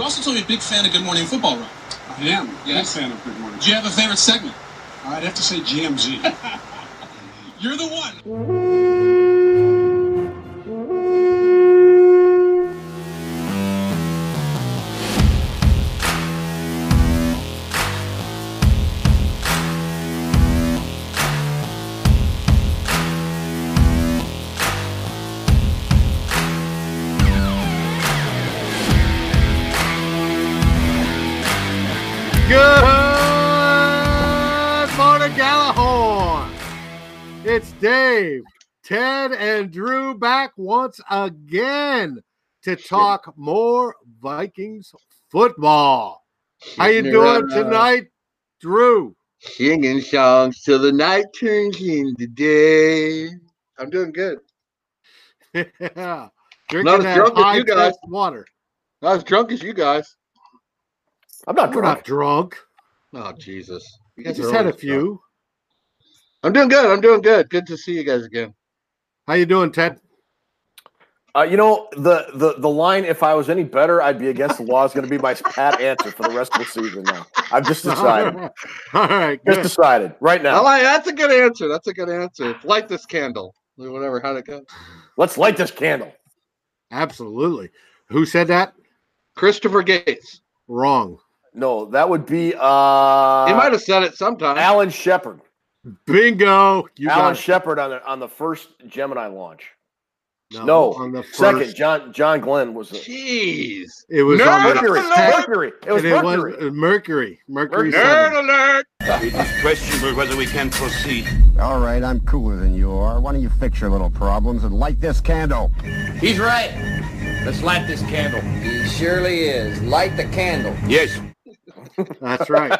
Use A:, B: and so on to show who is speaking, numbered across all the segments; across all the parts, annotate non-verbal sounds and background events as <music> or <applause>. A: also told me you're a big fan of Good Morning Football, right?
B: I am.
A: Yes.
B: Big fan of Good Morning.
A: Do you have a favorite segment?
B: I'd have to say GMZ.
A: <laughs> You're the one.
C: Good morning, Gallahorn. It's Dave, Ted, and Drew back once again to talk more Vikings football. How you doing
D: uh,
C: tonight, Drew? <laughs>
D: Singing songs till the night turns into day. I'm doing good.
C: yeah.
D: Not
C: Drinking
D: as
C: that
D: drunk as you
C: high
D: guys.
C: test water.
D: Not as drunk as you guys.
E: I'm not
C: We're not
E: drunk.
C: drunk.
D: Oh Jesus! You
C: We
D: guys are
C: just had a
D: always drunk.
C: few.
D: I'm doing good. I'm doing good. Good to see you guys again.
C: How you doing, Ted?
E: Uh, you know the, the the line. If I was any better, I'd be against the law. Is going to be my pat answer for the rest of the season. Now
C: <laughs>
E: I've just decided.
C: All right,
E: Just
C: good.
E: decided right
D: I
E: now.
D: like that's a good answer. That's a good answer. Light this candle. Or Whatever. How'd it go?
E: Let's light this candle.
C: Absolutely. Who said that?
D: Christopher Gates.
C: Wrong.
E: No, that would be
D: He
E: uh,
D: might have said it sometime.
E: Alan Shepard.
C: Bingo. You
E: Alan
C: got it.
E: Shepard on the on the first Gemini launch. No,
C: on the first.
E: second John John Glenn was the
D: Jeez.
C: It was on the
D: Nerd
E: Mercury.
D: alert!
E: Mercury. It was
C: and
E: Mercury.
C: It was uh, Mercury. Mercury.
E: Mercury.
C: seven.
D: Nerd alert.
F: It is questionable whether we can proceed.
G: All right, I'm cooler than you are. Why don't you fix your little problems and light this candle?
H: He's right. Let's light this candle. He surely is. Light the candle.
F: Yes.
C: That's
E: <laughs>
C: right.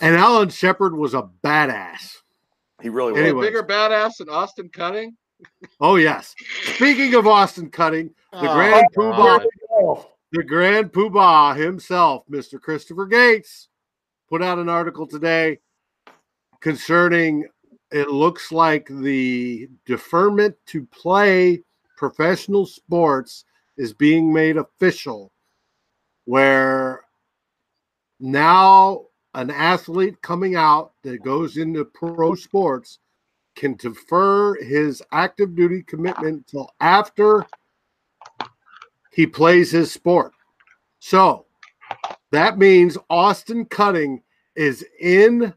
C: and Alan Shepard was a badass.
E: he really was.
C: Anyway. Anyways.
D: Bigger badass than Austin Cutting.
C: Oh yes. Speaking of Austin Cutting, the
D: Oh,
C: grand
D: God.
C: poobah,
E: Oh,
C: the grand poobah himself, Mr. Christopher Gates, put out an article today concerning it looks like the deferment to play professional sports is being made official where now an athlete coming out that goes into pro sports can defer his active duty commitment until after he plays his sport. So that means Austin Cutting is in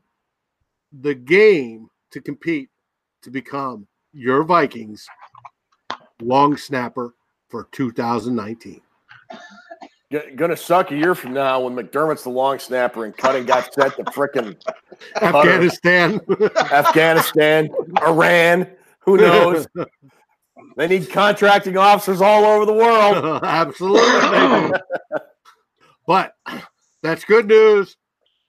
C: the game to compete to become your Vikings long snapper for 2019.
E: G- gonna suck a year from now when McDermott's the long snapper and Cutting got set to frickin'
C: Afghanistan. <laughs>
E: Afghanistan, Iran. Who knows? They need contracting officers all over the world.
C: Absolutely. they do. but that's good news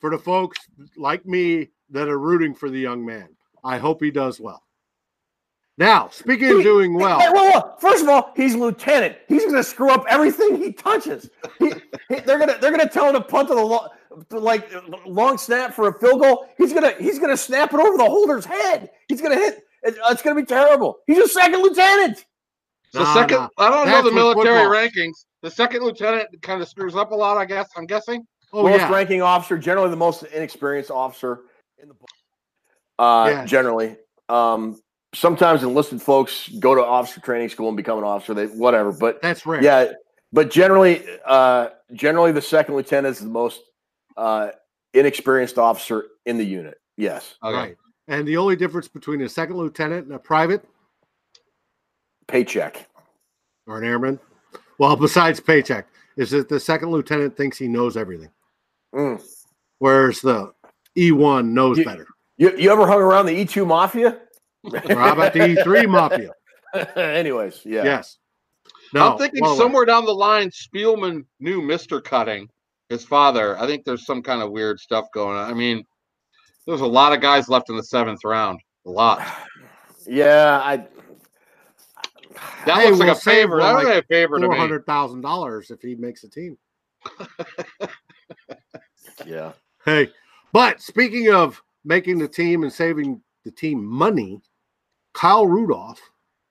C: for the folks like me that are rooting for the young man. I hope he does well. Now, speaking of doing
E: Hey,
C: <laughs> well,
E: whoa, whoa. First of all, he's lieutenant. He's gonna screw up everything he touches. He- he- they're gonna they're gonna tell him to punt to the lo- to, like long snap for a field goal. He's gonna he's gonna snap it over the holder's head. He's gonna hit. it- it's gonna be terrible. He's a second lieutenant.
D: The
C: Nah,
D: second,
C: nah.
D: I don't
C: That's
D: know the
C: with
D: military
C: football.
D: rankings. The second lieutenant kind of screws up a lot, I guess. I'm guessing.
C: oh
E: lowest
C: yeah,
E: ranking officer, generally the most inexperienced officer in the book. Uh,
C: Yes.
E: Generally, um, sometimes enlisted folks go to officer training school and become an officer. They whatever, but
C: that's rare.
E: yeah, but generally, uh, generally the second lieutenant is the most uh, inexperienced officer in the unit. Yes,
C: right. And the only difference between a second lieutenant and a private
E: paycheck.
C: or an airman, well, besides paycheck, is that the second lieutenant thinks he knows everything,
E: Mm.
C: whereas the E1 knows
E: You-
C: better.
E: You, you ever hung around the E two mafia?
C: Or how about the E3 mafia?
E: <laughs> Anyways, yeah.
C: Yes. No,
D: I'm thinking
C: well, wait.
D: somewhere down the line, Spielman knew Mr. Cutting, his father. I think there's some kind of weird stuff going on. I mean, there's a lot of guys left in the seventh round. A lot.
C: <sighs>
E: yeah, I.
D: That
C: Hey,
D: looks like
C: we'll
D: a
C: save one,
D: favor. That looks
C: like,
D: like a favor to
C: four
D: me.
C: hundred thousand dollars if he makes a team.
E: Yeah.
C: Hey, but speaking of making the team and saving the team money, Kyle Rudolph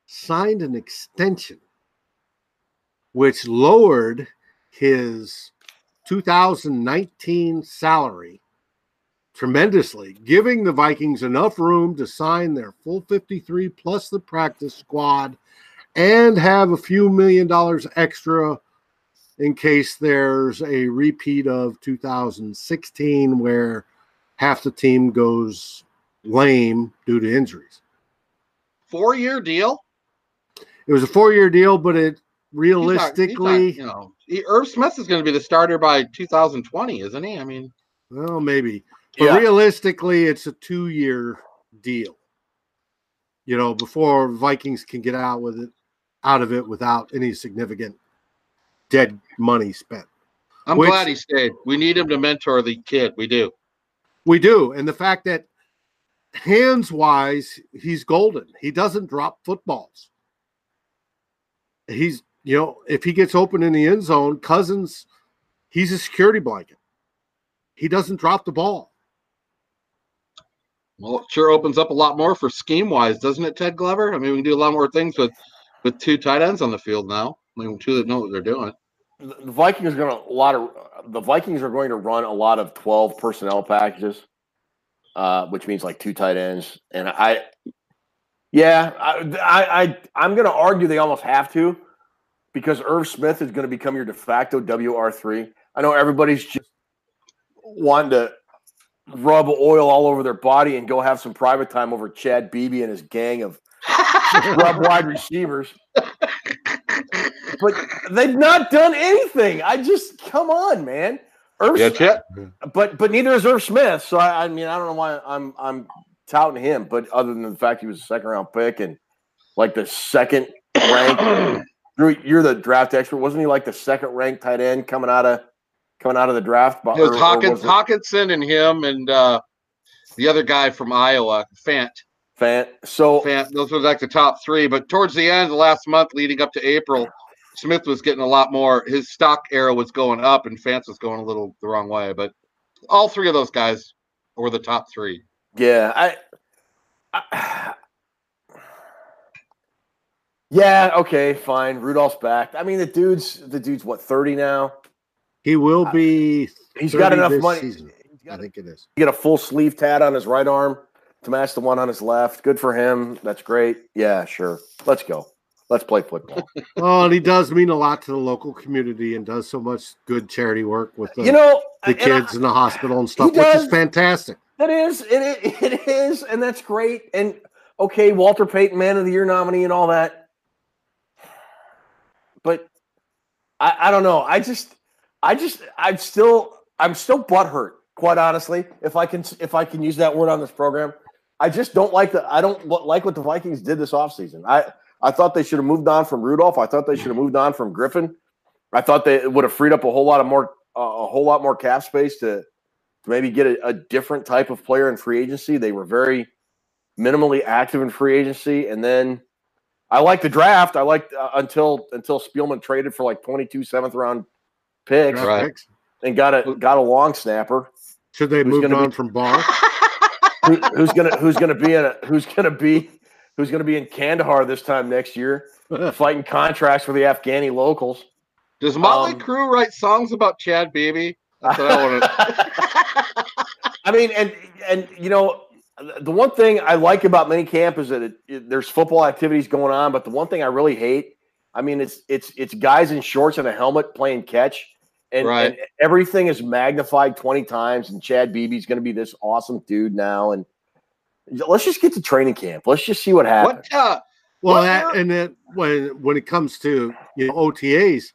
C: signed an extension, which lowered his 2019 salary tremendously, giving the Vikings enough room to sign their full 53 plus the practice squad and have a few million dollars extra in case there's a repeat of 2016 where half the team goes lame due to injuries.
D: Four year deal.
C: It was a four year deal, but it
D: He's not- he's not,
C: realistically,
D: you know, he- Irv Smith is going to be the starter by 2020, isn't he? I mean,
C: well, maybe, but
E: Yeah.
C: realistically, it's a two year deal. You know, before Vikings can get out with it, out of it without any significant dead money spent.
D: I'm
C: Which-
D: glad he stayed. We need him to mentor the kid. We do.
C: We do. And the fact that hands wise, he's golden. He doesn't drop footballs. He's, you know, if he gets open in the end zone, Cousins, he's a security blanket. He doesn't drop the ball.
D: Well, it sure opens up a lot more for scheme wise, doesn't it, Ted Glover? I mean, we can do a lot more things with with two tight ends on the field now. I mean, two that know what they're doing.
E: The the Vikings are going to a lot of the Vikings are going to run a lot of twelve personnel packages, uh, which means like two tight ends. And I, yeah, I, I, I I'm going to argue they almost have to because Irv Smith is going to become your de facto WR three. I know everybody's just wanting to rub oil all over their body and go have some private time over Chad Beebe and his gang of scrub wide receivers but they've not done anything. I just come on, man. Irv,
D: Yeah, Chet.
E: but but neither is Irv Smith. So I, I mean, I don't know why I'm I'm touting him, but other than the fact he was a second round pick and like the second ranked. Drew, you're the draft expert, wasn't he? Like the second ranked tight end coming out of coming out of the draft. But
D: It was Hawkins, Hawkinson, and him, and uh, the other guy from Iowa, Fant.
E: fan. So
D: Fant. Those were like the top three. But towards the end of the last month, leading up to April, Smith was getting a lot more. His stock arrow was going up, and Fant was going a little the wrong way. But all three of those guys were the top three.
E: Yeah, I, I. Yeah. Okay. Fine. Rudolph's back. I mean, the dude's the dude's what thirty now.
C: He will be.
E: He's got
C: 30
E: enough
C: this
E: money.
C: season,
E: He's
C: I
E: got to
C: think it is.
E: get a full sleeve tat on his right arm to match the one on his left. Good for him. That's great. Yeah. Sure. Let's go. Let's
C: <laughs>
E: play football.
C: Oh, and he does mean a lot to the local community and does so much good charity work with the,
E: you know,
C: the
E: and I-
C: kids in the hospital and stuff, which
E: does.
C: is fantastic.
E: That is, it, i- it is, and that's great. And okay, Walter Payton, Man of the Year nominee, and all that. But I, I don't know. I just, I just, I'm still, I'm still butthurt. Quite honestly, if I can, if I can use that word on this program, I just don't like the, I don't wa- like what the Vikings did this offseason. I, I thought they should have moved on from Rudolph. I thought they should have moved on from Griffin. I thought they would have freed up a whole lot of more, uh, a whole lot more cap space to to maybe get a, a different type of player in free agency. They were very minimally active in free agency, and then I like the draft. I liked uh, until until Spielman traded for like 22 seventh round picks
C: Draft
D: Right.
C: picks.
E: and got a got a long snapper
C: Should they
E: Who's
C: move
E: gonna be-
C: on from Barr?
E: who, who's gonna who's gonna be in a, who's gonna be who's gonna be in Kandahar this time next year fighting contracts with the Afghani locals.
D: Does Motley
E: Um,
D: Crue write songs about Chad Beebe? That's what I want <laughs> to.
E: I mean, and and you know, the one thing I like about mini camp is that it, it- there's football activities going on, but the one thing I really hate, I mean, it's it's it's guys in shorts and a helmet playing catch, and,
D: Right.
E: and everything is magnified twenty times. And Chad Beebe's going to be this awesome dude now, and let's just get to training camp. Let's just see what happens.
D: What uh,
C: Well,
D: What
C: that,
D: year-
C: and then when when it comes to you know OTAs,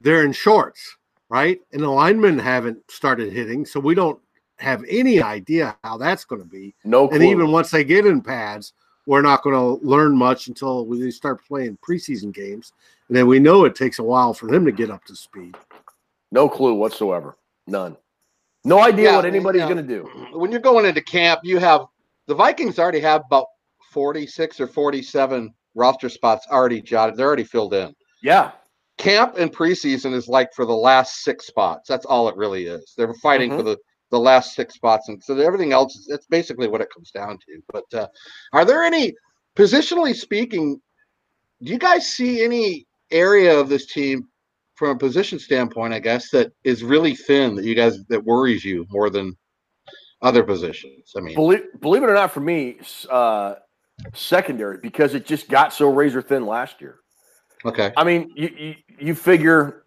C: they're in shorts, right? And the linemen haven't started hitting, so we don't have any idea how that's going to be.
E: No, clue.
C: And even once they get in pads, we're not going to learn much until we start playing preseason games, and then we know it takes a while for them to get up to speed.
E: no clue whatsoever. None. No idea
D: Yeah,
E: what anybody's
D: yeah.
E: going to do.
D: when you're going into camp, you have the Vikings already have about 46 or 47 roster spots already jotted. They're already filled in.
E: Yeah,
D: Camp and preseason is like for the last six spots. That's all it really is. They're fighting
E: Mm-hmm.
D: for the the last six spots, and so everything else is that's basically what it comes down to. But uh, are there any, positionally speaking, do you guys see any area of this team from a position standpoint, I guess, that is really thin that you guys that worries you more than other positions. I mean,
E: Believe, believe it or not, for me, s- uh, secondary because it just got so razor thin last year.
D: okay,
E: I mean, you you, you figure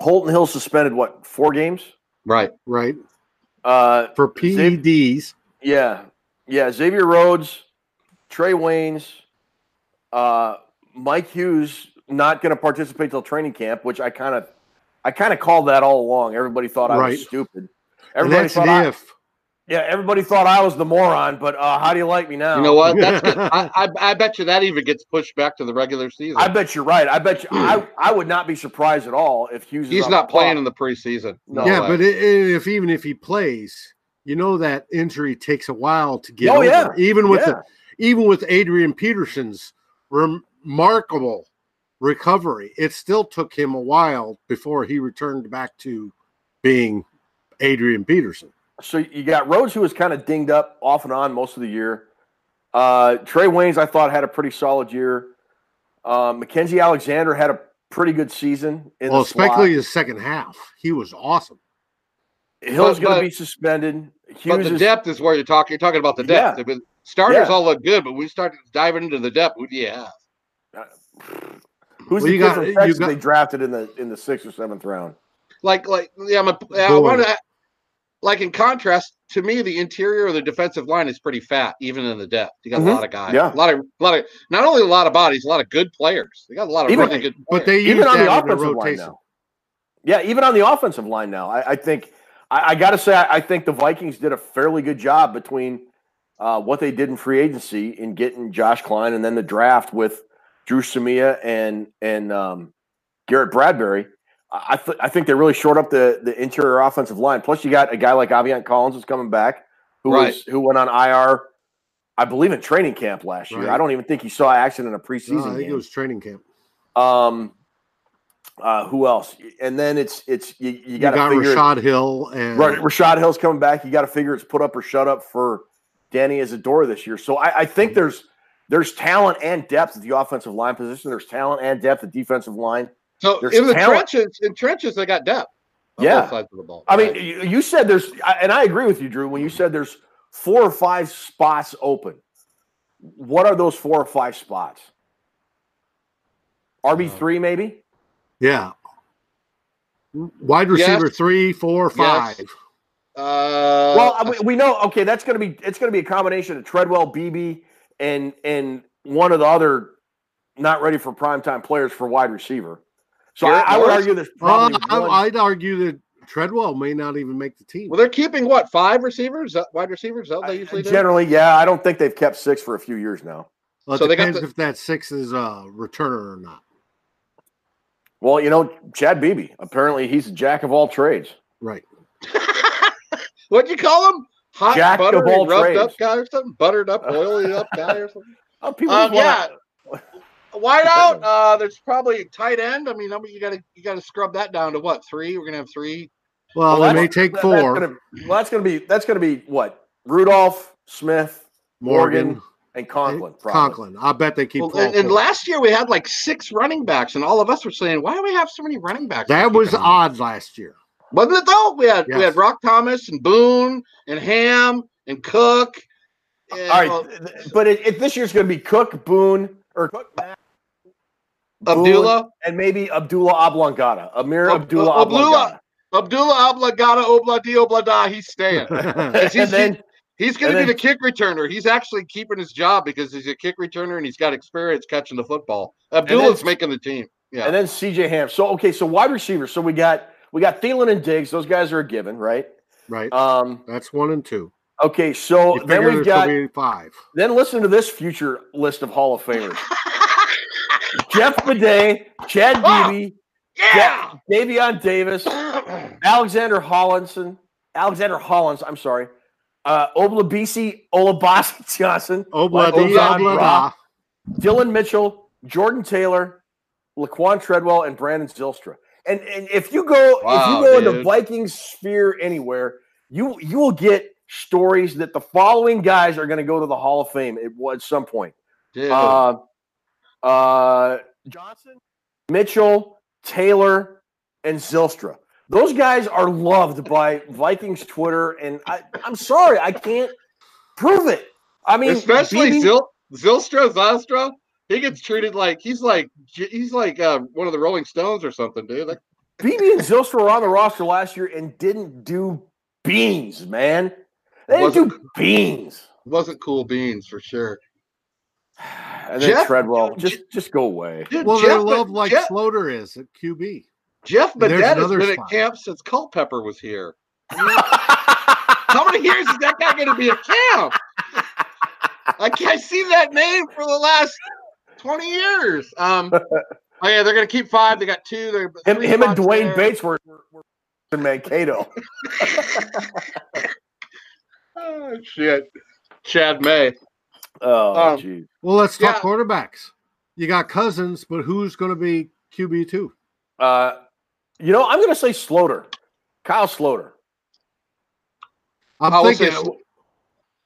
E: Holton Hill suspended what four games?
D: right,
C: right?
E: Uh,
C: For E PEDs,
E: yeah, yeah. Xavier Rhodes, Trey Waynes, uh, Mike Hughes not going to participate till training camp, which I kind of, I kind of called that all along. Everybody thought I
C: Right.
E: was stupid.
C: and
E: Everybody
C: that's
E: thought
C: an
E: I,
C: if.
E: yeah, everybody thought I was the moron. But uh, how do you like me now?
D: you know what? That's good.
E: <laughs>
D: I, I I bet you that even gets pushed back to the regular season.
E: I bet you're right. I bet you,
D: <clears throat>
E: I, I would not be surprised at all if Hughes. is
D: He's
E: on
D: not
E: the
D: playing
E: clock.
D: in the preseason.
E: No
D: way.
C: yeah, but i- i if even if he plays, you know that injury takes a while to get
E: Oh,
C: over.
E: yeah.
C: Even with
E: Yeah.
C: the, even with Adrian Peterson's remarkable recovery, it still took him a while before he returned back to being Adrian Peterson.
E: So you got Rhodes, who was kind of dinged up off and on most of the year. Uh, Trey Waynes, I thought, had a pretty solid year. Uh, Mackenzie Alexander had a pretty good season. In
C: well,
E: the slot.
C: especially his second half, he was awesome.
E: Hill's
D: But-
E: going
D: but-
E: to be suspended.
D: But
E: Hughes
D: the
E: is,
D: depth is where you're talking. You're talking about the depth.
E: Yeah.
D: If it- Starters
E: Yeah.
D: all look good, but we start diving into the depth. Who do you have?
E: who's
C: well,
E: the
C: you
E: kid
C: got-
E: from
C: you
E: Texas
C: got-
E: they drafted in the in the sixth or seventh round?
D: Like, like, yeah, I'm a, yeah, I
C: Boy.
D: wanted to- like in contrast to me, the interior of the defensive line is pretty fat, even in the depth. You got
E: Mhm.
D: a lot of guys,
E: Yeah.
D: a lot of, lot of, not only a lot of bodies, a lot of good players. They got a lot of
E: Even-
D: really good.
C: But
D: players.
C: they used
E: even on the
C: that in the
E: offensive line
C: rotation.
E: now. Yeah, even on the offensive line now. I, I think I, I got to say I, I think the Vikings did a fairly good job between uh, what they did in free agency in getting Josh Klein and then the draft with Drew Samia and and um, Garrett Bradbury. I I th- I think they really shored up the the interior offensive line. Plus, you got a guy like Aviant Collins who's coming back, who
D: Right.
E: was who went on IR, I believe, in training camp last year.
C: Right.
E: I don't even think he saw action in a preseason.
C: No, I think
E: game.
C: it was training camp.
E: Um, uh, who else? And then it's it's you, you
C: You
E: got
C: got,
E: to figure
C: Rashad Hill and
E: Right, Rashad Hill's coming back. You got to figure it's put up or shut up for Danny Isadora this year. So I, I think
C: Mm-hmm.
E: there's there's talent and depth at the offensive line position. There's talent and depth at defensive line.
D: so
E: there's
D: in the
E: talent.
D: trenches, in trenches, they got depth. on
E: Yeah.
D: both sides of the ball.
E: I mean,
D: Right.
E: you, you said there's, I- and I agree with you, Drew. When you said there's four or five spots open, what are those four or five spots? RB
C: Uh,
E: three, maybe.
C: Yeah. Wide
D: Yes.
C: receiver three, four,
D: Yes.
C: five.
D: uh,
E: Well, I- we- we know. Okay, that's going to be it's going to be a combination of Treadwell, BB, and and one of the other not ready for primetime players for wide receiver. So I,
D: Garrett
E: I would
D: Morris?
E: argue there's
C: Uh,
E: probably
C: I,
E: one-
C: I'd argue that Treadwell may not even make the team.
D: well, they're keeping what five receivers, Uh, wide receivers. Is that what they
E: I-
D: usually do?
E: generally, yeah. I don't think they've kept six for a few years now.
C: Well, it
D: so they got
C: depends
D: the-
C: if that six is a returner or not.
E: Well, you know, Chad Beebe. Apparently, he's a jack of all trades.
C: Right.
D: <laughs> What'd you call him? Hot
E: Jack of
D: buttered
E: all
D: rubbed
E: trades.
D: up guy or something? Buttered up, oily up guy or something?
E: Oh, people
D: Um,
E: just wanna-
D: <laughs> Wide out. Uh, there's probably a tight end. I mean, I mean, you gotta you gotta scrub that down to what three? We're gonna have three.
C: Well,
E: Well,
C: Oh, they may
E: that's-
C: take
E: that- that's
C: four.
E: gonna- well, that's going to be that's going to be what Rudolph, Smith,
C: Morgan,
E: and
C: eh,
E: Conklin. Probably.
C: Conklin. I bet they keep.
D: Well,
C: all
D: and, and
C: four.
D: last year we had like six running backs, and all of us were saying, why do we have so many running backs?
C: that
D: this
C: was
D: weekend?"
C: odd last year.
D: wasn't it though? We had we
C: Yes.
D: had Rock Thomas and Boone and Ham and Cook. and,
E: All right,
D: uh,
E: th- th- but it, it, this year's going to be Cook, Boone, or Cook, Mack, Boone,
D: Abdullah,
E: and maybe Abdullah Oblongata, Amir
D: Ab-
E: Abdullah
D: Ab- Abdullah.
E: Oblongata,
D: Abdullah Oblagata Obladi Oblada. He's staying.
E: and
D: Is he-
E: then
D: He's going to
E: And
D: be the
E: then-
D: kick returner. He's actually keeping his job because he's a kick returner and he's got experience catching the football. Abdullah's making
C: <laughs>
D: the team. Yeah.
E: and then C.J. Ham. So okay, so wide receivers. So we got we got Thielen and Diggs. Those guys are a given, right?
C: right.
E: Um.
C: That's one and two.
E: Okay, so
C: You
E: then
C: figure
E: we've
C: there's
E: got
C: going to be five.
E: then listen to this future list of Hall of Famers: Jeff Bidet, Chad
D: Oh,
E: Beebe,
D: yeah.
E: Davion
D: <clears throat>
E: Davis, Alexander Hollinson, Alexander Hollins, I'm sorry, uh, Oblabisi Olabasi Johnson,
C: Obladi,
E: Ozan
C: Oblada.
E: Rock. Dylan Mitchell, Jordan Taylor, Laquan Treadwell, and Brandon Zilstra. And and if you go
D: Wow,
E: if you go in the
D: dude.
E: Vikings sphere anywhere, you you will get stories that the following guys are going to go to the Hall of Fame at, at some point.
D: Dude,
E: Uh, uh, Johnson, Mitchell, Taylor, and Zilstra. Those guys are loved by Vikings Twitter, and I, I'm sorry, I can't prove it. I mean,
D: especially
E: beating-
D: Zil- Zilstra Zostra. He gets treated like he's like he's like uh, one of the Rolling Stones or something, dude. Like,
E: BB and Zilstra were on the roster last year and didn't do beans, man. They didn't
D: Wasn't-
E: do beans.
D: wasn't cool beans for sure.
E: And then
D: Jeff-
E: Treadwell, just just go away.
D: Dude,
C: Well,
D: Jeff,
C: they love like
D: Jeff,
C: Sloter is at QB.
D: Jeff
C: there's
D: Badette has
C: another
D: been at
C: spot.
D: camp since Culpepper was here. How many years is that guy going to be at camp? I can't see that name for the last twenty years. Um, oh yeah, they're going to keep five. They got two. They're
E: Him,
D: three
E: him and
D: spots
E: Dwayne
D: there.
E: Bates were, were, were in Mankato.
D: Oh, shit, Chad May.
E: Oh,
D: Um,
E: jeez.
C: Well, let's talk
D: Yeah.
C: quarterbacks. You got Cousins, but who's going to be QB two?
E: Uh, you know, I'm going to say Sloter, Kyle Sloter.
C: I'm
D: I will say
C: thinking.
D: Sl-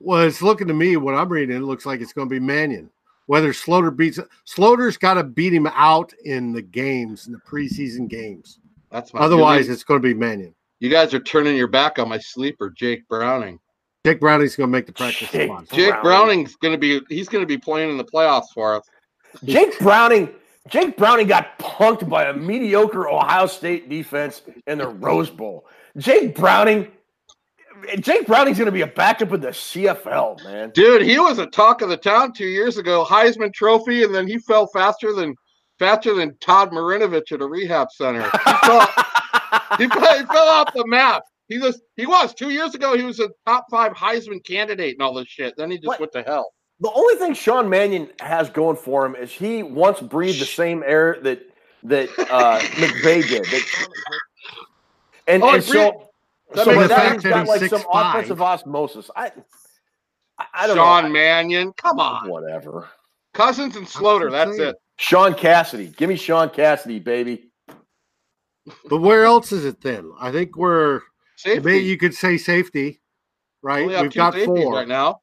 C: well, it's looking to me what I'm reading. It looks like it's going to be Mannion. Whether Sloter beats Sloter's got to beat him out in the games in the preseason games.
D: That's my
C: Otherwise,
D: feeling.
C: it's going to be Mannion.
D: you guys are turning your back on my sleeper, Jake Browning.
C: Jake Browning's going to make the practice
E: Jake
C: squad.
D: Jake
E: Browning.
D: Browning's going to be he's going to be playing in the playoffs for us. <laughs>
E: Jake Browning. Jake Browning got punked by a mediocre Ohio State defense in the Rose Bowl. Jake Browning. Jake Browning's going to be a backup in the CFL, man.
D: Dude, he was a talk of the town 2 years ago, Heisman trophy and then he fell faster than faster than Todd Marinovich at a rehab center. He
E: <laughs>
D: fell, he fell, he fell off the map. He was he was 2 years ago he was a top 5 Heisman candidate and all this shit. Then he just
E: What?
D: went to hell.
E: The only thing Sean Mannion has going for him is he once breathed the same air that that
D: <laughs>
E: uh, McVay did. That- and,
D: Oh,
E: and
D: he
E: so,
D: that
E: so
D: makes
E: by
D: sense.
E: that he's
D: The
C: that
D: fact
E: got like
C: he's
E: some
C: 6'5".
E: offensive osmosis. I, I, I don't
D: Sean
E: know.
D: Mannion, come on.
E: Whatever.
D: Cousins and Sloter, that's
C: saying.
D: it.
E: Sean Cassidy. Give me Sean Cassidy, baby.
C: But where else is it then? I think we're
D: Safety.
C: maybe you could say safety, right?
D: Only have
C: We've
D: two
C: got
D: safeties
C: four.
D: right now.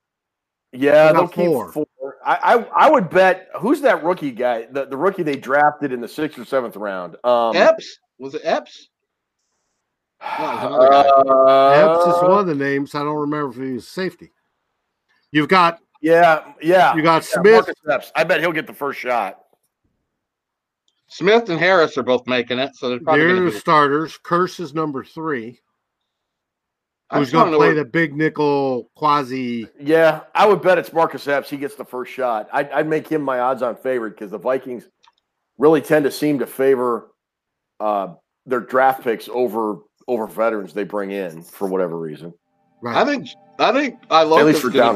E: Yeah,
C: What
E: they'll
C: about
E: keep four.
C: four?
E: I, I I would bet who's that rookie guy? The, the rookie they drafted in the sixth or seventh round. Um <sighs>
D: Epps was it Epps? No, it was another guy.
E: uh,
C: Epps is one of the names. I don't remember if he was safety. You've got
E: Yeah, yeah.
C: you got
E: Yeah,
C: Smith.
E: Marcus Epps. I bet he'll get the first shot.
D: Smith and Harris are both making it, so they're probably
C: They're
D: going
C: the
D: to be.
C: starters. Curse is number three.
D: I
C: Who's
D: just
C: going to
D: wanna know
C: play
D: where-
C: the big nickel quasi?
E: Yeah, I would bet it's Marcus Epps. He gets the first shot. I'd, I'd make him my odds-on favorite because the Vikings really tend to seem to favor uh, their draft picks over over veterans they bring in for whatever reason.
D: I
C: Right.
D: think I think I love
E: At least for down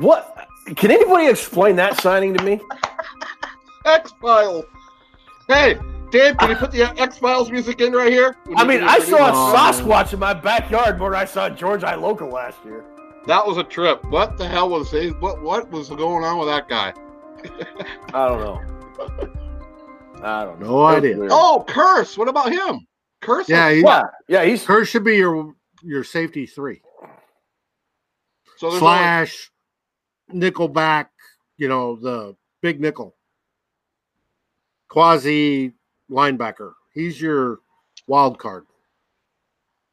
E: What? Can anybody explain that signing to me?
D: X Files. Hey, Dave, can you put the <laughs> X Files music in right here?
E: <laughs> I mean, I saw a
C: Oh.
E: Sasquatch in my backyard where I saw George Iloka last year.
D: that was a trip. What the hell was he? What what was going on with that guy?
E: I don't know. <laughs> I don't know.
C: No idea.
E: Oh,
D: Oh, Curse. What about him? Curse.
C: Yeah, he,
E: yeah, yeah. He's
C: Curse should be your your safety three
D: So there's only,
C: slash nickel back. You know the big nickel quasi linebacker. He's your wild card.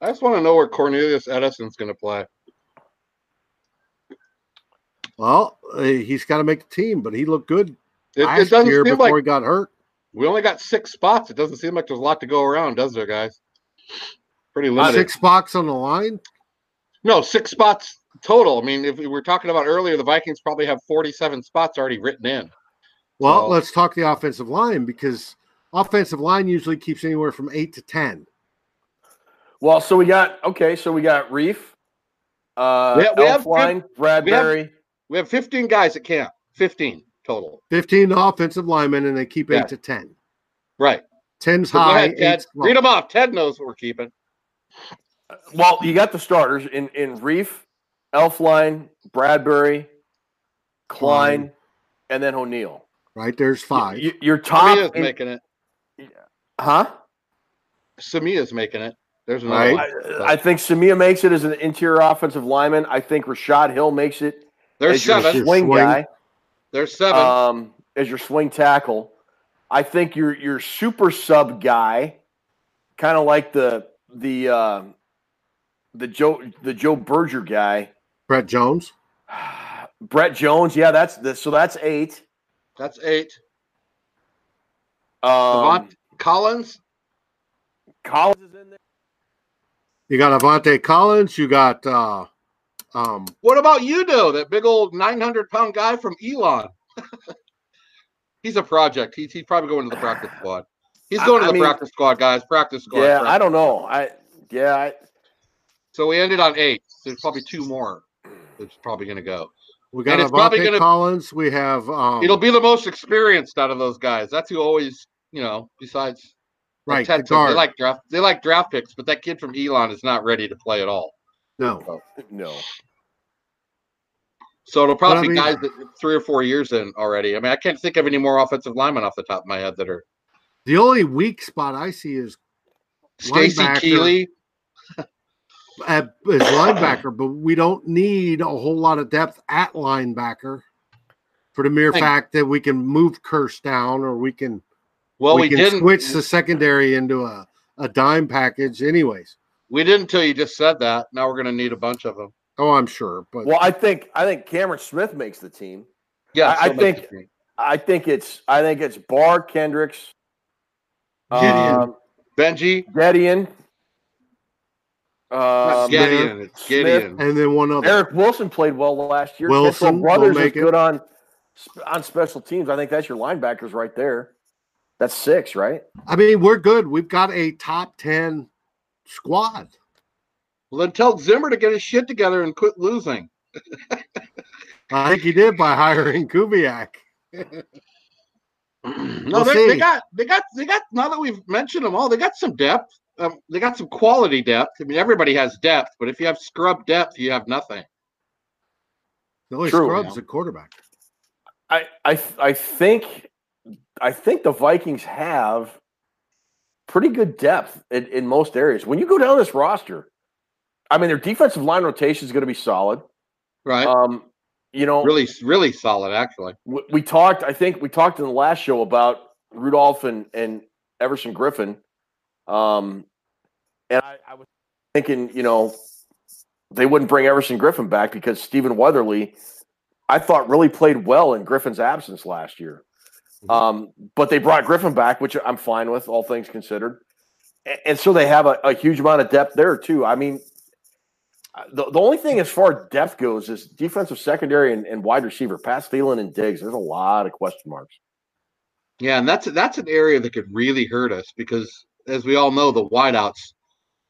D: I just want to know where Cornelius Edison's going to play.
C: Well, uh, he's got to make the team, but he looked good
D: It, it
C: last
D: doesn't
C: year
D: seem
C: before
D: like
C: he got hurt.
D: we only got six spots. It doesn't seem like there's a lot to go around, does there, guys?
E: Uh,
D: Pretty limited.
C: Six spots on the line.
D: No, six spots total. I mean, if we were talking about earlier, the Vikings probably have 47 spots already written in.
C: Well,
D: So-
C: let's talk the offensive line because offensive line usually keeps anywhere from eight to ten.
E: Well, so we got okay, so we got Reef, uh,
D: We have- we have
E: Elfline, Bradbury.
D: We have 15 guys at camp, 15 total.
C: 15 offensive linemen, and they keep
D: Yeah.
C: eight to ten.
D: Right.
C: 10's
D: So go
C: high,
D: ahead, Ted.
C: eight's low.
D: Read them off. Ted knows what we're keeping.
E: well, you got the starters in in Reef, Elfline, Bradbury, Klein,
C: Klein.
E: and then O'Neill.
C: right? There's five.
E: Y- your top,
D: Samia's
E: in-
D: making it.
E: huh?
D: Samia's making it. There's another
C: Right.
D: one.
E: I, I think Samia makes it as an interior offensive lineman. I think Rashad Hill makes it
D: There's
E: as your
D: seven.
C: Your
E: swing
C: swing.
E: guy,
D: There's seven.
E: um, as your swing tackle. I think your your super sub guy, kind of like the the um the Joe the Joe Berger guy, <sighs>
C: Brett Jones.
E: Brett Jones. Yeah, that's the, so that's eight.
D: That's eight.
E: Um,
D: Avant- Collins,
E: Collins is in there.
C: You got Avante Collins. You got uh, um,
D: what about you, though? That big old 900 pound guy from Elon. <laughs> He's a project. He's, he's probably going to the
E: <sighs>
D: practice squad. He's
E: I-
D: going to
E: I
D: the
E: mean-
D: practice squad, guys. Practice squad.
E: Yeah, I
D: practice
E: don't
D: squad.
E: know. I yeah, I,
D: So we ended on eight. There's probably two more. It's probably going to go.
C: we got
D: it's probably
C: Avante
D: gonna-
C: Collins. We have um,
D: It'll be the most experienced out of those guys. That's who always, you know, besides like,
C: right the
D: Tetzel,
C: guard.
D: They like draft. They like draft picks, but that kid from Elon is not ready to play at all.
C: no,
D: Oh.
E: no.
D: So it'll
C: I
D: probably be
C: mean-
D: guys that three or four years in already. I mean, I can't think of any more offensive linemen off the top of my head that are
C: the only weak spot I see is
D: Stacy
C: Linebacker.
D: Keeley.
C: at is linebacker, but we don't need a whole lot of depth at linebacker for the mere
D: Thank-
C: fact that we can move Curse down or we can
D: Well,
C: we,
D: we,
C: can
D: didn't
C: switch the secondary into a, a dime package anyways.
D: We didn't until you just said that. Now we're going to need a bunch of them.
C: Oh, I'm sure, but
E: Well, I think I think Cameron Smith makes the team.
D: Yeah,
E: I- I
D: so much-
E: I think it's I think it's Barr Kendricks,
C: Gideon.
E: um,
D: Benji
E: Gideon,
C: Smith.
E: um,
D: uh, Gideon. It's
E: Smith.
D: Gideon.
C: and then one other
E: Eric Wilson played well last year.
C: Wilson
E: Wilson
C: will
E: Brothers is
C: make it.
E: good on sp- on special teams. I think that's your linebackers right there. That's six, right?
C: I mean, we're good. We've got a top 10 squad.
D: Well, then tell Zimmer to get his shit together and quit losing.
C: I think he did by <laughs> hiring Kubiak.
D: no,
C: We'll
D: they, they
C: see.
D: got they got they got. Now that we've mentioned them all, they got some depth. Um, they got some quality depth. I mean, everybody has depth, but if you have scrub depth, you have nothing.
C: The only
E: True.
C: scrub's the quarterback.
E: I I I think I think the Vikings have pretty good depth in, in most areas. When you go down this roster, I mean their defensive line rotation is going to be solid.
D: Right?
C: Uh,
E: Um, you know,
D: really, really solid, actually.
E: we, we talked. I think we talked in the last show about Rudolph and and Everson Griffin. Um, and I, I was thinking, you know, they wouldn't bring Everson Griffin back because Stephen Weatherly, I thought, really played well in Griffin's absence last year. Um, but they brought Griffin back, which I'm fine with, all things considered. A- And so they have a, a huge amount of depth there too. I mean, uh, the, the only thing as far as depth goes is defensive secondary and, and wide receiver. Pat Thielen and Diggs. There's a lot of question marks.
D: Yeah, and that's that's an area that could really hurt us because, as we all know, the wideouts,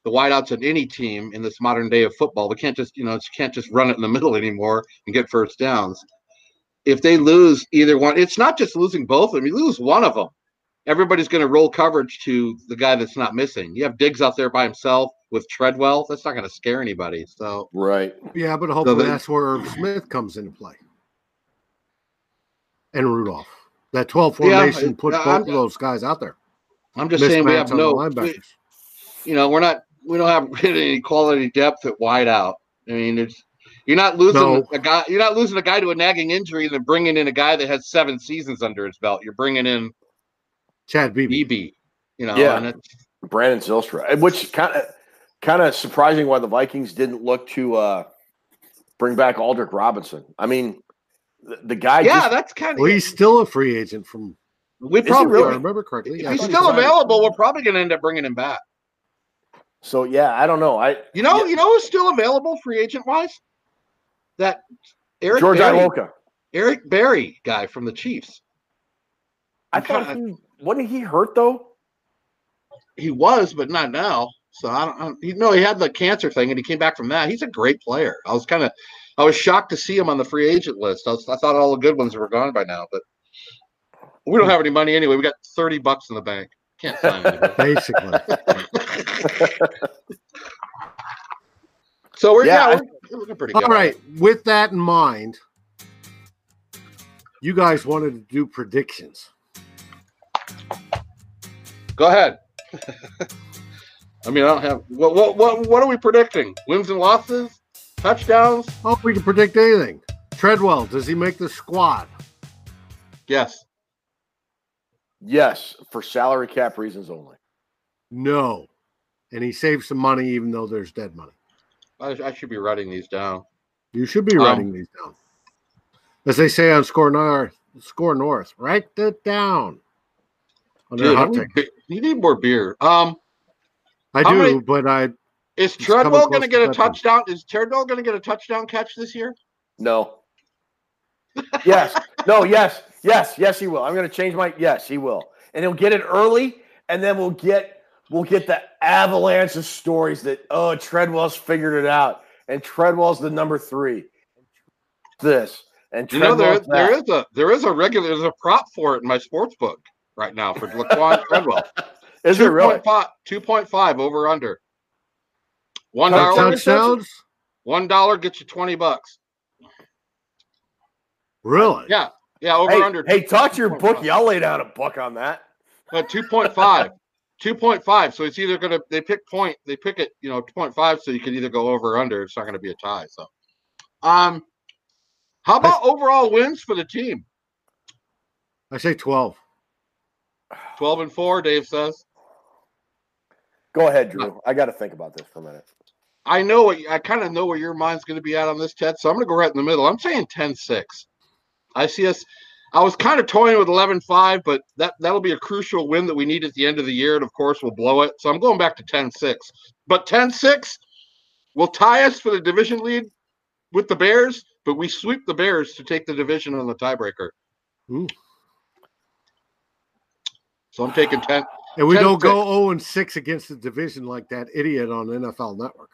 D: the wideouts in any team in this modern day of football, we can't just you know you can't just run it in the <laughs> middle anymore and get first downs. If they lose either one, it's not just losing both of them. You lose one of them, everybody's going to roll coverage to the guy that's not missing. You have Diggs out there by himself with Treadwell. That's not going to scare anybody. So
E: Right.
C: Yeah, but hopefully
D: they-
C: that's where Irv Smith comes into play. And Rudolph. That 12 formation
D: it-
C: put
D: I-
C: both
D: I'm-
C: of those guys out there.
D: I'm just saying we
C: Mismatch
D: have
C: on the
D: no we-
C: linebackers.
D: you know, we're not we don't have <laughs> really any quality depth at wideout. I mean, it's you're not losing
C: No.
D: a guy. You're not losing a guy to a nagging injury, and then bringing in a guy that has seven seasons under his belt. You're bringing in
C: Chad Beebe.
D: BB. You know,
E: Yeah.
D: and it's,
E: Brandon Zilstra, and which kind of kind of surprising why the Vikings didn't look to uh, bring back Aldrich Robinson. I mean, the, the guy.
D: yeah,
E: just,
D: that's kind of.
C: Well, he's still a free agent from
D: we
E: he
D: probably.
C: if I
E: really?
C: remember correctly.
D: If
C: yeah, I
D: Oh, he's
C: think
D: still
C: so.
D: available, we're probably going to end up bringing him back.
E: so yeah, I don't know. I
D: You know,
E: Yeah.
D: you know who's still available free agent wise? That Eric
E: George
D: Berry,
E: Iloka.
D: Eric Berry guy from the Chiefs.
E: I thought he wasn't he hurt though. <laughs>
D: He was, but not now. So I don't. I don't- he, no, he had the cancer thing, and he came back from that. He's a great player. I was kind of, I was shocked to see him on the free agent list. I, was, I thought all the good ones were gone by now, but we don't have any money anyway. We got thirty bucks in the bank. Can't sign
E: <laughs>
D: anybody.
C: <laughs> Basically.
D: so we're
E: Yeah,
D: yeah,
E: I-
D: we're, we're pretty good.
C: All right. With that in mind, you guys wanted to do predictions.
D: go ahead. <laughs> I mean, I don't have what what what what are we predicting? Wins and losses, touchdowns.
C: Oh, we can predict anything. Treadwell, does he make the squad?
D: Yes.
E: Yes, for salary cap reasons only.
C: No. And he saves some money even though there's dead money.
D: I, I should be writing these down.
C: You should be
D: Um,
C: writing these down. As they say on Score North, Score North, write that down. On their
D: Dude,
C: hot
D: I
C: take.
D: need be- you need more beer. Um,
C: I
D: how
C: do,
D: many-
C: but I
D: is
C: He's coming
D: Treadwell
C: close
D: going
C: to
D: to get a
C: touchdown.
D: touchdown? Is Treadwell going to get a touchdown catch this year?
E: No. yes. No, yes. Yes. Yes, he will. I'm going to change my yes, he will. And he'll get it early and then we'll get we'll get the avalanche of stories that oh, Treadwell's figured it out and Treadwell's the number 3. This and
D: You know there
E: Treadwell's
D: there
E: that.
D: is a there is a regular there's a prop for it in my sports book right now for
E: <laughs>
D: Laquan Treadwell.
E: Is it really?
D: 2.5 2.5 over under. One
C: touchdown
D: dollar,
E: Touchdown.
C: sounds
D: one dollar gets you twenty bucks.
C: really
D: Yeah, yeah, over
E: Hey,
D: under.
E: hey, talk to your
D: 2.5.
E: bookie. I'll lay down a buck on that.
D: <laughs> But 2.5. 2.5. So it's either gonna they pick point, they pick it, you know, 2.5, so you can either go over or under. It's not gonna be a tie. So um how about overall wins for the team?
C: I say 12.
D: 12 and 4, Dave says.
E: Go ahead, Drew. I got to think about this for a minute.
D: I know what I kind of know where your mind's going to be at on this, Ted. So I'm going to go right in the middle. I'm saying 10-6. I see us. I was kind of toying with 11-5, but that that'll be a crucial win that we need at the end of the year, and of course we'll blow it. So I'm going back to 10-6. But 10-6 will tie us for the division lead with the Bears, but we sweep the Bears to take the division on the tiebreaker.
C: Ooh.
D: So I'm taking 10.
C: And we
D: 10
C: don't go 0 and 6 against the division like that idiot on NFL Network.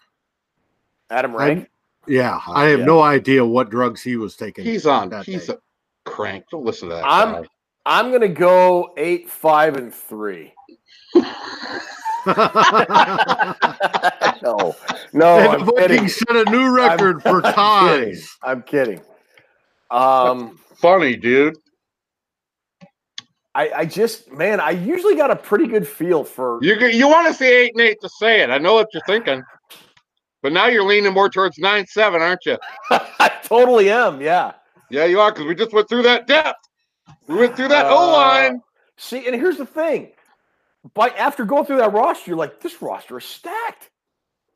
E: Adam Rank.
C: Yeah, I have
E: yeah.
C: no idea what drugs he was taking.
D: He's on.
C: that
D: He's
C: day.
D: a crank. Don't listen to that.
E: I'm-
D: guy.
E: I'm going to go 8 5 and 3.
C: <laughs>
D: <laughs>
E: no,
D: Oh,
E: no,
C: and
E: I'm
C: the
E: kidding.
C: Vikings set a new
E: I'm-
C: record for
D: <laughs>
E: I'm kidding.
C: ties.
E: I'm kidding. Um,
D: funny, dude.
E: I, I just, man, I usually got a pretty good feel for.
D: You g- you want to say eight and eight to say it. I know what you're thinking, but now you're leaning more towards nine seven, aren't you?
E: <laughs> I totally am. Yeah.
D: Yeah, you are because we just went through that depth. We went through that
E: Uh,
D: O line.
E: See, and here's the thing. By after going through that roster, you're like, this roster is stacked.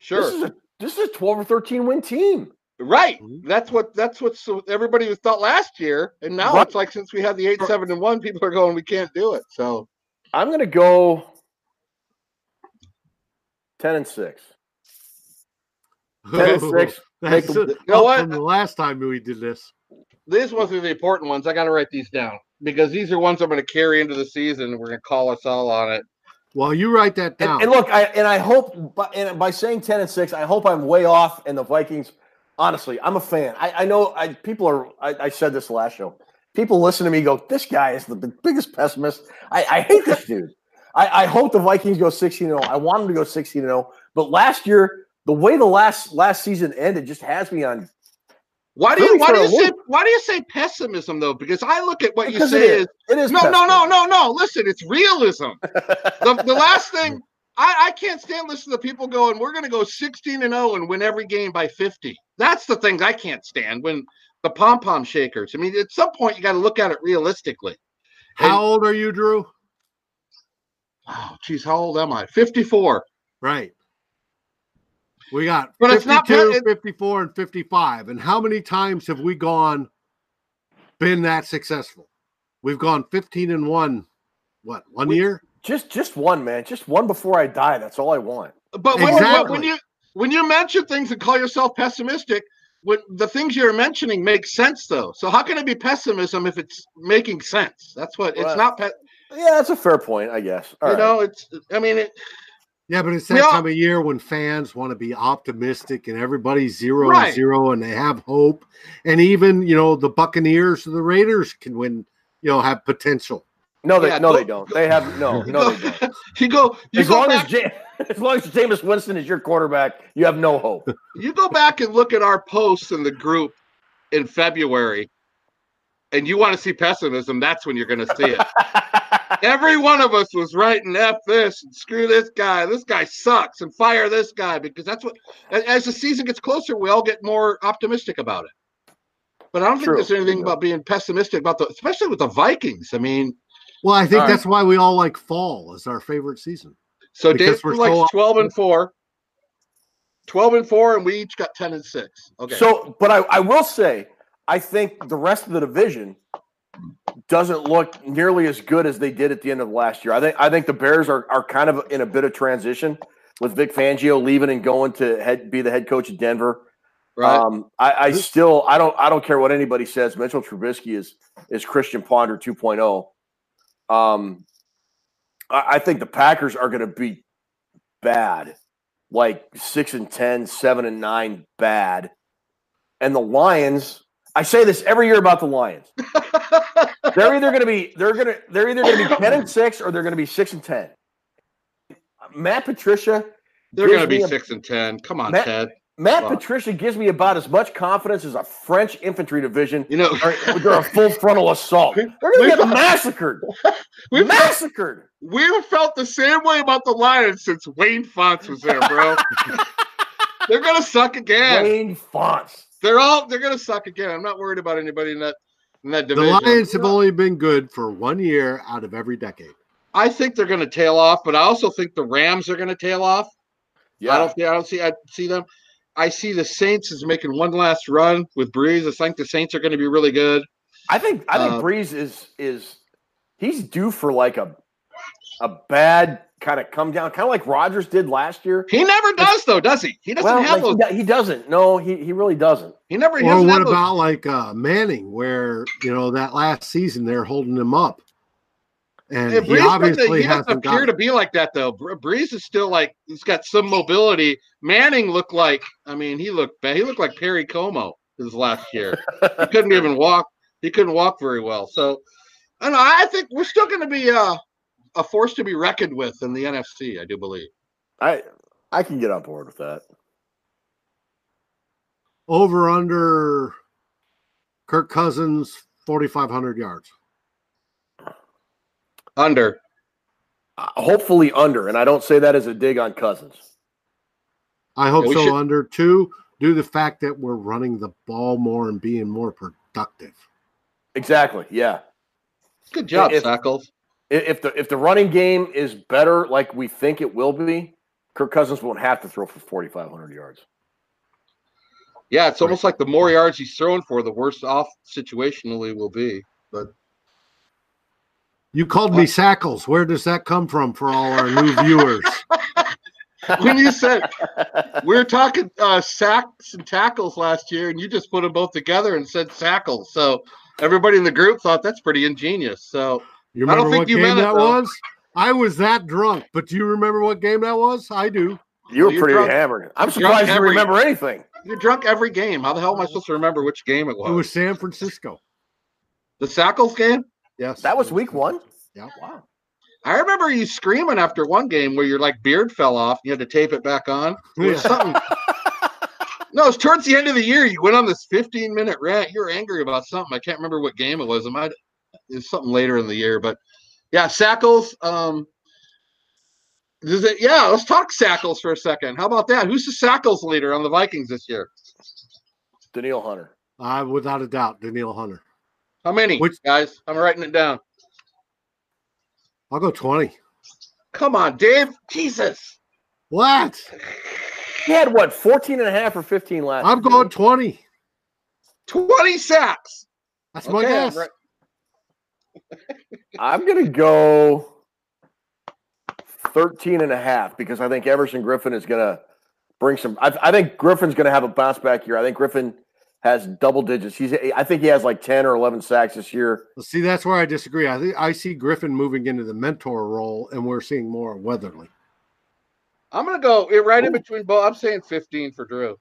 E: This is
D: Sure,
E: a Hmm? this is a 12 or 13 win team.
D: right.
C: Mhm.
D: That's what that's what so everybody was thought last year, and now
E: Right.
D: it's like since we had the eight seven and one, people are going, we can't do it. So
E: I'm gonna go 10 and 6.
C: <laughs>
E: 10 and 6.
C: That's
E: Make
D: You know
C: up
D: what?
C: from the last time we did this.
D: these ones are the important ones. I got to write these down because these are ones I'm going to carry into the season. and We're going to call us all on it.
C: Well, you write that down.
E: And, and look, I and I hope by, and by saying ten and six, I hope I'm way off. And the Vikings, honestly, I'm a fan. I, I know I people are. I, I said this last show. People listen to me go, this guy is the b- biggest pessimist. I, I hate this <laughs> dude. I, I hope the Vikings go 16 0. I want them to go 16 0. But last year, the way the last last season ended just has me on
D: Why do
E: Really
D: you why do
E: for a
D: you say
E: loop.
D: why do you say pessimism though? Because I look at what
E: because
D: you
E: it
D: say is.
E: is. It is
D: No, no,
E: pessimist.
D: no, no, no. Listen, it's realism.
E: <laughs>
D: The, the last thing I, I can't stand listening to people going, we're going to go 16 and 0 and win every game by 50. That's the thing I can't stand when the pom pom shakers. I mean, at some point, you got to look at it realistically.
C: How old are you, Drew?
D: Oh, geez, how old am I? 54.
C: Right. We got
D: But
C: 52,
D: it's not- it-
C: 54, and 55. And how many times have we gone, been that successful? We've gone 15 and one, what, one
E: We-
C: year?
E: Just just one, man. Just one before I die. That's all I want.
D: But when, but when
C: Exactly.
D: you when you mention things and call yourself pessimistic, when the things you're mentioning make sense though. So how can it be pessimism if it's making sense? That's what
E: Well,
D: it's not. Pe-
E: Yeah, that's a fair point, I guess.
D: you
E: All right.
D: know, it's. I mean, it,
C: Yeah, but it's
D: We
C: that
D: all-
C: time of year when fans want to be optimistic and everybody's zero
D: Right.
C: and zero and they have hope. And even, you know, the Buccaneers and the Raiders can win, you know, have potential.
E: No, they
D: Yeah,
E: no,
D: go-
E: they don't. They have
D: <laughs>
E: no,
D: You
E: no,
D: go-
E: they don't.
D: you go. You
E: As
D: go
E: long
D: back.
E: as ja- <laughs> as long as Jameis Winston is your quarterback, you have no hope.
D: you go back and look at our posts in the group in February, and you want to see pessimism. That's when you're going to see it.
E: <laughs>
D: Every one of us was writing "f this" and "screw this guy." This guy sucks, and fire this guy because that's what. a- As the season gets closer, we all get more optimistic about it. But I don't
E: True.
D: think there's anything
E: Yeah.
D: about being pessimistic about the, especially with the Vikings. I mean,
C: Well, I think
E: All right.
C: that's why we all like fall as our favorite season.
D: So
C: Because
D: Dave
C: we're
D: Blue likes
C: so up-
D: 12 and 4. 12 and 4, and we each got 10 and 6. Okay.
E: So, but I, I will say, I think the rest of the division doesn't look nearly as good as they did at the end of last year. I think I think the Bears are, are kind of in a bit of transition with Vic Fangio leaving and going to head be the head coach of Denver.
D: right.
E: Um, I, I still I don't I don't care what anybody says. Mitchell Trubisky is is Christian Ponder 2.0. Um, I, I think the Packers are going to be bad, like six and 10, 7 and nine, bad. And the Lions, I say this every year about the Lions. They're either going to be they're going to they're either going to be ten and six or they're going to be six and ten. Matt Patricia
D: They're going to
E: gives me
D: be
E: a-
D: 6 and 10. Come on,
E: Matt-
D: Ted.
E: Matt
D: Wow.
E: Patricia gives me about as much confidence as a French infantry division
C: <laughs>
D: You know,
E: they're a full frontal assault. They're going to get massacred.
D: we've,
E: Massacred.
D: we've felt the same way about the Lions since Wayne Fonts was there,
C: <laughs>
D: bro. they're going to suck again.
E: Wayne Fonts.
D: They're all they're going to suck again. I'm not worried about anybody in that in that
C: The
D: division.
C: Lions have only been good for one year out of every decade.
D: I think they're going to tail off, but I also think the Rams are going to tail off. I don't. see- I don't see. I see them. I see the Saints is making one last run with Breeze. I think the Saints are going to be really good.
E: I think I think
D: Uh,
E: Breeze is is he's due for like a a bad kind of come down, kind of like Rogers did last year.
D: He never does though, does he? He doesn't
E: well,
D: have
E: like, he
D: those.
E: do- he, doesn't. No, he, he really doesn't.
D: He never. He
C: Or
D: doesn't
C: what
D: have those-
C: about like uh, Manning, where you know that last season they're holding him up, and
D: Yeah,
C: he
D: Breeze doesn't-
C: obviously
D: he doesn't
C: hasn't got
D: appear to be like that though. Bre- Breeze is still like he's got some mobility. Manning looked like. I mean, he looked bad. He looked like Perry Como his last year. he couldn't even walk. He couldn't walk very well. So, I don't know. I think we're still going to be uh, a force to be reckoned with in the NFC. I do believe.
E: I I can get on board with that.
C: over under Kirk Cousins forty five hundred yards.
D: Under.
E: Uh, hopefully under, and I don't say that as a dig on Cousins.
C: I hope
D: Yeah, we
C: so.
D: should-
C: Under two, due to the fact that we're running the ball more and being more productive.
E: Exactly. Yeah.
D: Good job,
E: If-
D: Sackles.
E: I- if the if the running game is better, like we think it will be, Kirk Cousins won't have to throw for forty five hundred yards.
D: Yeah, it's almost like the more yards he's throwing for, the worse off situationally will be.
C: You called me Sackles. Where does that come from for all our new
D: <laughs>
C: viewers?
D: When you said we were talking uh, sacks and tackles last year, and you just put them both together and said sackles. So everybody in the group thought that's pretty ingenious. So
C: You
D: I don't
C: remember
D: think
C: what
D: you
C: game
D: meant it,
C: that
D: though.
C: was? I was that drunk, but do you remember what game that was? I do.
E: You were
D: You're
E: pretty
D: drunk-
E: hammered. I'm
D: drunk
E: surprised you
D: every-
E: remember anything.
D: you're drunk every game. How the hell am I supposed to remember which game it was?
C: It was San Francisco.
D: the sackles game.
C: Yes.
E: That was week one.
C: Yeah.
E: Wow.
D: I remember you screaming after one game where your like beard fell off. You had to tape it back on. It was
C: Yeah.
D: something.
C: <laughs>
D: No, it was towards the end of the year. You went on this 15 minute rant. You were angry about something. I can't remember what game it was. It might it was something later in the year, but yeah, Sackles. Um, is it, yeah, let's talk Sackles for a second. How about that? Who's the Sackles leader on the Vikings this year?
E: Daniil Hunter.
C: Uh, without a doubt, Daniil Hunter.
D: How many
C: Which-
D: guys? I'm writing it down.
C: I'll go 20.
D: Come on, Dave. Jesus.
C: What?
E: He had what 14 and a half or 15 last
C: I'm
E: year, <laughs>
C: going
E: didn't
C: 20.
D: 20 sacks.
C: That's my
D: Okay, I'm
C: guess.
D: right-
E: he? I'm gonna go 13 and a half because I think Everson Griffin is gonna bring some I, I think Griffin's gonna have a bounce back year. I think Griffin has double digits. He's I think he has like 10 or 11 sacks this year.
C: Well, See, that's where I disagree. I think I see Griffin moving into the mentor role, and we're seeing more of Weatherly.
D: I'm gonna go it right in between both. I'm saying 15 for Drew.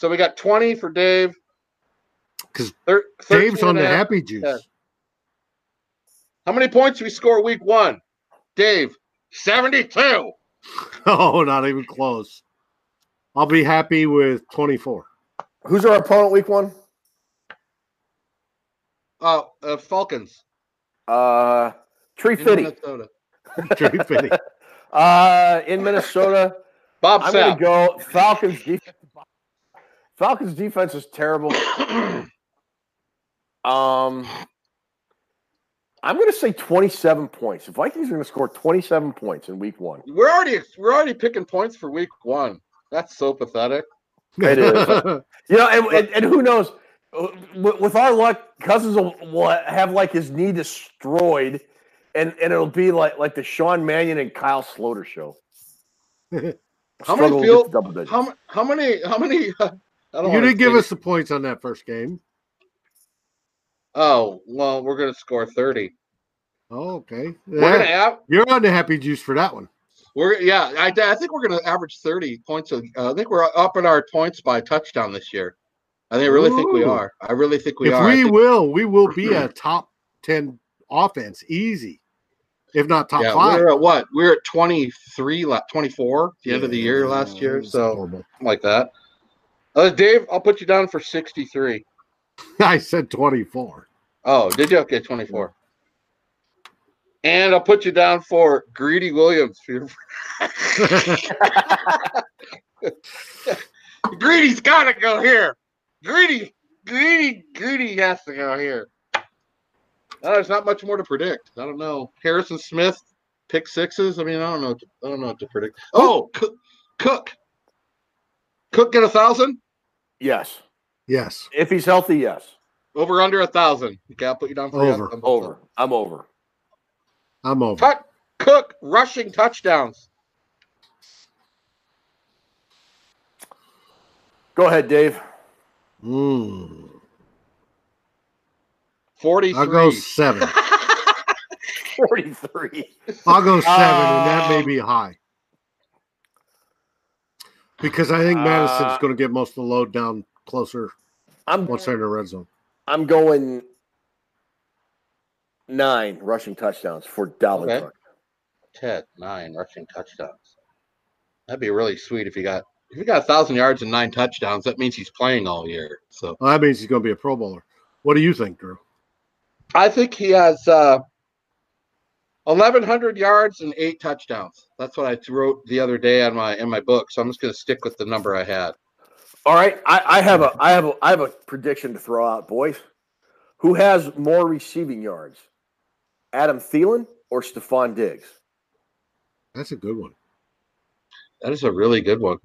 D: So we got 20 for Dave.
C: 'Cause
D: Thir-
C: Dave's
D: 13
C: on
D: and a
C: the
D: half.
C: happy juice. <laughs>
D: yeah. How many points do we score week one? Dave, 72.
C: Oh, not even close. I'll be happy with <laughs> 24.
E: Who's our opponent week one?
D: Uh, uh Falcons
E: Uh, Tree
D: in
E: Fitty.
D: Minnesota. <laughs>
C: Jerry Finney.
E: Uh, in Minnesota,
D: Bob
E: I'm
D: Sapp.
E: going to go Falcons. Defense.
D: <clears throat>
E: Falcons defense is terrible. Um, I'm going to say 27 points. The Vikings are going to score 27 points in week one.
D: We're already we're already picking points for week one. That's so pathetic.
C: <laughs>
E: It is. You know, and, and, and who knows? Uh, With, with our luck, Cousins will, will have like his knee destroyed, and, and it'll be like like the Sean Mannion and Kyle
D: <laughs>
E: Sloter show.
D: How many
E: Struggle
D: field-
E: gets double digits.
D: How m- how many how many? <laughs> I don't
C: you
D: wanna
C: didn't give
D: think.
C: us the points on that first game.
D: Oh well, we're gonna score thirty.
C: Oh, okay.
D: We're
C: Yeah.
D: gonna have
C: You're on the happy juice for that one.
D: We're yeah, I, I think we're going to average thirty points. a- Uh, I think we're upping our points by a touchdown this year. I think I really think we
C: Ooh.
D: are. I really think we
C: if
D: are. I
C: we
D: think-
C: will, we will be
D: <clears throat>
C: a top ten offense, easy, if not top
D: yeah,
C: five.
D: we we're at what? We We're at 23, la- 24 at the end of the year last year,
C: It's
D: so
C: horrible.
D: something like that. Uh, Dave, I'll put you down for sixty-three.
C: <laughs> I said twenty-four.
D: Oh, did you? Okay, twenty-four. And I'll put you down for Greedy Williams. <laughs> for your- Greedy's got to go here. Greedy, greedy, greedy has to go here. Uh, there's not much more to predict. I don't know. Harrison Smith, pick sixes. I mean, I don't know. what to- I don't know what to predict. Oh, Cook, Cook, Cook get a thousand
E: Yes,
C: Yes,
E: if he's healthy, yes.
D: over under a thousand. Okay, I'll put you down for
C: Over.
D: that.
E: Over. I'm over.
C: I'm over.
D: Tuck, Cook rushing touchdowns.
E: Go ahead, Dave. <laughs>
C: Mm.
D: Forty-three.
C: I'll go
D: <laughs>
C: seven.
E: 43.
C: I'll go seven, and that
D: Um,
C: may be high because I think Madison's
E: Uh,
C: going to get most of the load down closer
E: I'm
C: once they're in the red zone.
E: I'm going nine rushing touchdowns for Dalvin
D: Okay.
E: Cook.
D: 10, 9 rushing touchdowns. That'd be really sweet if you got if you got a thousand yards and nine touchdowns. That means he's playing all year. So
C: Well, that means he's going to be a Pro Bowler. What do you think, Drew?
D: I think he has uh, eleven hundred yards and eight touchdowns. That's what I wrote the other day on my in my book. So I'm just going to stick with the number I had.
E: All right, I, I have a I have a I have a prediction to throw out, boys. Who has more receiving yards, Adam Thielen or Stephon Diggs?
C: That's a good one.
D: That is a really good one.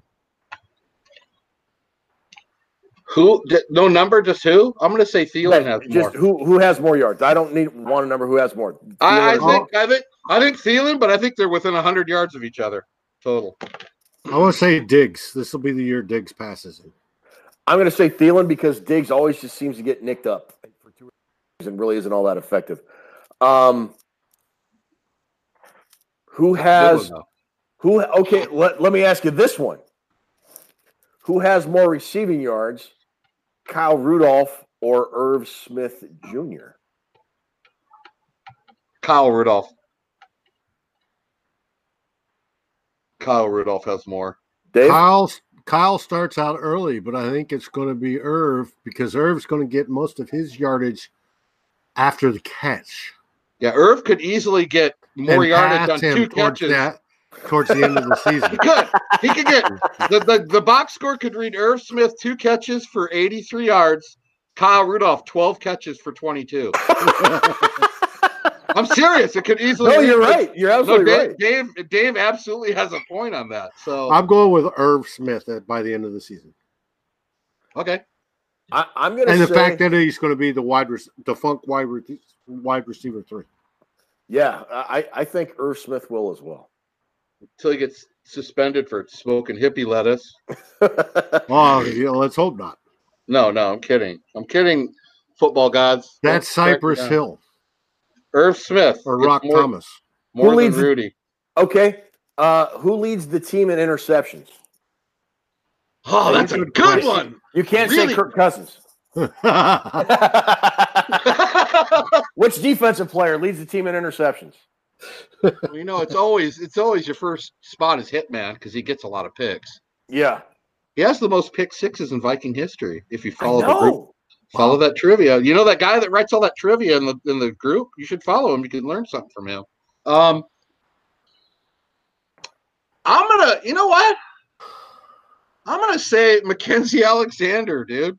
D: Who? d- No number, just who? I'm going to say Thielen has more.
E: Just who who has more yards? I don't need want a number who has more.
D: I, I
E: Thielen or-
D: think I think I think Thielen, but I think they're within hundred yards of each other total.
C: I want to say Diggs. This will be the year Diggs passes him.
E: I'm going to say Thielen because Diggs always just seems to get nicked up for two reasons and really isn't all that effective. Um, who
D: Good one,
E: has
D: though.
E: Who okay, let, let me ask you this one. Who has more receiving yards? Kyle Rudolph or Irv Smith Jr.?
D: Kyle Rudolph. Kyle Rudolph has more.
E: Dave?
C: Kyle Kyle starts out early, but I think it's going to be Irv because Irv's going to get most of his yardage after the catch.
D: Yeah, Irv could easily get more
C: and
D: yardage on
C: pass him
D: two
C: towards
D: catches.
C: that- towards the end of the season.
D: <laughs> He could. He could get <laughs> the, the, the box score could read Irv Smith two catches for 83 yards, Kyle Rudolph 12 catches for
C: <laughs>
D: 22. I'm serious. It could easily.
E: No,
D: read-
E: you're right. You're
D: No,
E: absolutely
D: Dave,
E: right.
D: Dave, Dave absolutely has a point on that. So
C: I'm going with Irv Smith at, by the end of the season,
D: okay,
E: I, I'm going to
C: and
E: say
C: the fact that he's going to be the wide rec- defunct wide re- wide receiver three.
E: yeah, I, I think Irv Smith will as well. <laughs>
D: until he gets suspended for smoking hippie lettuce.
C: Oh, yeah, let's hope not.
D: No, no, I'm kidding. I'm kidding, football gods.
C: That's
D: Don't crack me
C: Cypress
D: down.
C: Hill
D: Irv Smith
C: or
D: gets
C: Rock
D: more,
C: Thomas. <laughs>
D: More
E: Who
D: than
E: leads-
D: Rudy.
E: okay. Uh, who leads the team in interceptions?
D: Oh,
C: that's a good <laughs>
D: one.
E: You can't
D: Really?
E: say Kirk Cousins. <laughs>
C: I
E: Which defensive player leads the team in interceptions?
D: you know, it's always it's always your first spot is Hitman because he gets a lot of picks.
E: Yeah.
D: He has the most pick sixes in Viking history. If you
E: I
D: follow the group,
E: know.
D: follow that trivia. You know that guy that writes all that trivia in the in the group. You should follow him. You can learn something from him. Um, I'm gonna. You know what? I'm gonna say Mackenzie Alexander, dude.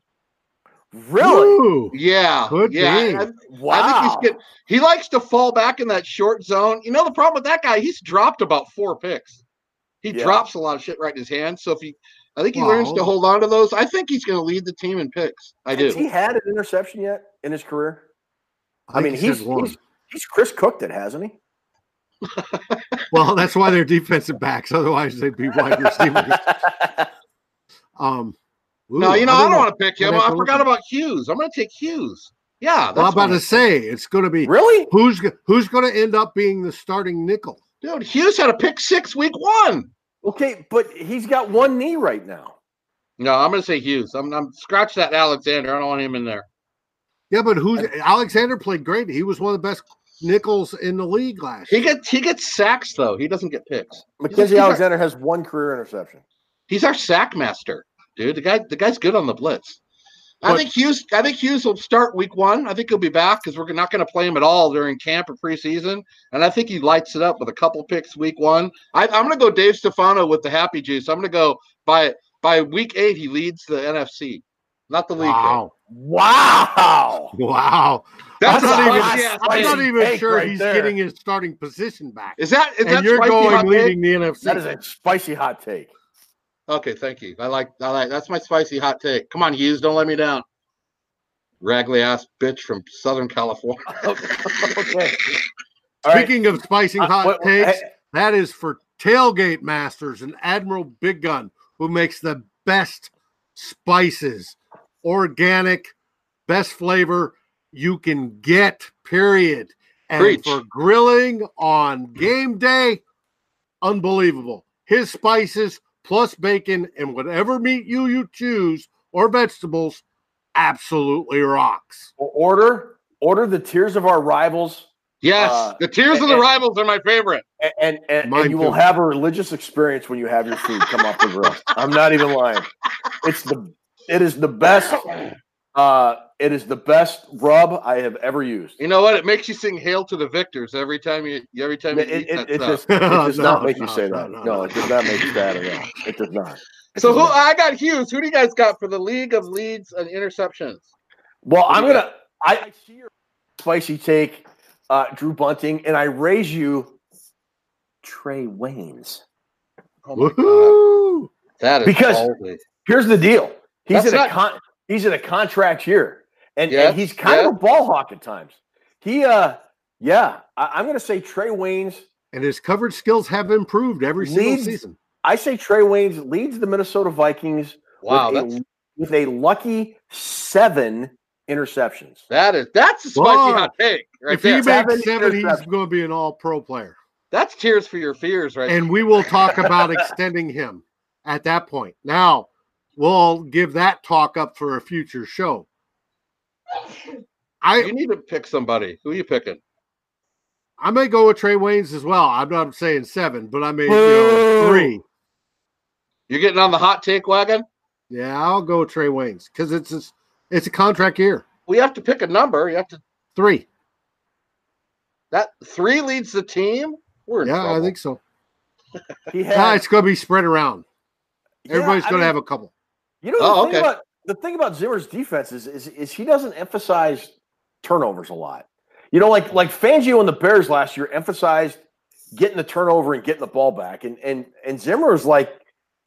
E: Really?
C: Ooh,
D: Yeah,
C: Could
D: yeah.
C: be.
D: I-
E: Wow.
D: I think he's good. He likes to fall back in that short zone. You know the problem with that guy? He's dropped about four picks. He
E: Yeah.
D: drops a lot of shit right in his hand. So if he, I think he learns to
C: Wow.
D: hold on to those. I think he's going to lead the team in picks. I
E: Has
D: do.
E: he had an interception yet in his career? I, mean,
C: think he said
E: he's,
C: one.
E: he's he's Chris Cooked it, hasn't he?
C: well. That's why they're defensive backs. Otherwise, they'd be
D: <laughs>
C: wide receivers. Um,
D: no,
C: ooh,
D: you know I don't want to pick
C: I'd
D: him.
C: have
D: I
C: to look
D: forgot
C: at it.
D: about Hughes. I'm going to take Hughes. Yeah,
C: Well, I'm about
D: what
C: to say it's going to be
E: <laughs> really?
C: who's go- who's going to end up being the starting nickel.
D: dude. Hughes had a pick six week one.
E: Okay, but he's got one knee right now.
D: No, I'm going to say Hughes. I'm, I'm scratch that Alexander. I don't want him in there.
C: Yeah, but who's Alexander played great. He was one of the best nickels in the league last.
D: He
C: year.
D: gets he gets sacks though. He doesn't get picks.
E: Mackenzie Alexander has one career interception.
D: He's our sack master, dude. The guy, the guy's good on the blitz. I
C: But-
D: think Hughes. I think Hughes will start week one. I think he'll be back because we're not going to play him at all during camp or preseason. And I think he lights it up with a couple picks week one. I, I'm going to go Dave Stefano with the happy juice. I'm going to go by by week eight. He leads the NFC, not the league. though.
C: Wow,
E: Wow.
C: wow.
D: That's,
C: I'm
D: not
C: not
D: even.
C: even-
E: Yeah,
C: I'm not
E: spicy
C: even
E: take
C: sure
E: right
C: he's
E: there.
C: getting his starting position back.
D: Is that is that
C: and you're
D: spicy hot
C: going
D: take?
C: leading the NFC.
E: That is a spicy hot take.
D: Okay, thank you. I like I like that's my spicy hot take. Come on, Hughes, don't let me down. Raggly ass bitch from Southern
E: <laughs>
D: California.
E: Oh, Okay. All right.
C: Speaking of spicing
E: Uh,
C: hot
E: what- what-
C: takes,
E: hey,
C: that is for Tailgate Masters and Admiral Big Gun, who makes the best spices, organic, best flavor you can get, period. And
D: Preach.
C: for grilling on game day, unbelievable. His spices plus bacon and whatever meat you, you choose or vegetables absolutely rocks.
E: order order the tears of our rivals
D: yes,
E: Uh,
D: the tears of the
E: and-
D: rivals are my favorite.
E: a- and and,
C: Mine
E: and you will
C: too.
E: have a religious experience when you have your food come off the grill. I'm not even lying. It's the it is the best uh it is the best rub I have ever used.
D: You know what? It makes you sing "Hail to the Victors" every time you every time you
E: It,
D: eat
E: it,
D: that
E: it, it
D: stuff.
C: <laughs>
E: does, it does
C: No,
E: not make you
C: no,
E: say
C: no,
E: that.
C: no,
E: No,
C: no.
E: it does not make you sad at all. It does not.
D: so who I got Hughes. Who do you guys got for the league of leads and interceptions?
E: Well, I'm gonna. I, I see your spicy take, uh, Drew Bunting, and I raise you Trey Waynes.
D: Oh my God,
C: Woohoo!
D: that is
E: Because-
D: ballsy.
E: Here's the deal: he's
D: That's
E: in
D: not-
E: a con- he's in a contract year, and,
D: Yeah,
E: and he's kind of a ball hawk at times. He, uh, yeah, I, I'm gonna say Trey Waynes.
C: And his coverage skills have improved every single
E: Leads-
C: season.
E: I say Trey Waynes leads the Minnesota Vikings
D: wow,
E: with,
D: that's
E: a, with a lucky seven interceptions.
D: that is that's a spicy
C: Whoa.
D: hot take right
C: if he
D: there.
E: ma-
C: makes
E: Seven
C: seven, he's
E: interceptions.
C: going to be an all pro player.
D: that's tears for your fears right
C: And we will talk about extending him at that point. Now, we'll give that talk up for a future show.
D: there. You
C: I,
D: need to pick somebody. Who are you picking?
C: I may go with Trey Waynes as well. I'm not saying seven, but I mean you know,
E: Boo.
C: three.
D: You're getting on the hot take wagon?
C: Yeah, I'll go with Trey Waynes because it's a, it's a contract year.
D: we have to pick a number. You have to
C: Three.
D: that three leads the team. We're in
C: Yeah, I
D: trouble.
C: think so.
E: He had,
C: Nah, it's going to be spread around.
E: yeah,
C: Everybody's
E: I
C: going to
E: mean-
C: have a couple.
E: You know,
D: Oh,
E: the, thing
D: okay.
E: about, the thing about Zimmer's defense is, is is he doesn't emphasize turnovers a lot. You know, like like Fangio and the Bears last year emphasized getting the turnover and getting the ball back, and and and Zimmer was like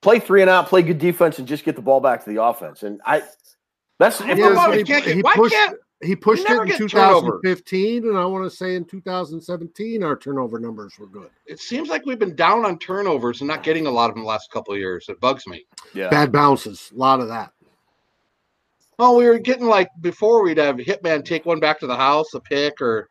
E: play three and out, play good defense, and just get the ball back to the offense. And I, that's if
D: Yeah,
E: there's
D: but
C: but
D: we can't get- why
C: pushed,
D: can't-
C: he pushed
D: never
C: it in
D: get turnover.
C: 2015, and I want to say in 2017 our turnover numbers were good.
D: It seems like we've been down on turnovers and not getting a lot of them the last couple of years. It bugs me.
E: yeah.
C: Bad bounces, a lot of that.
D: Oh, we were getting like before we'd have Hitman take one back to the house, a pick, or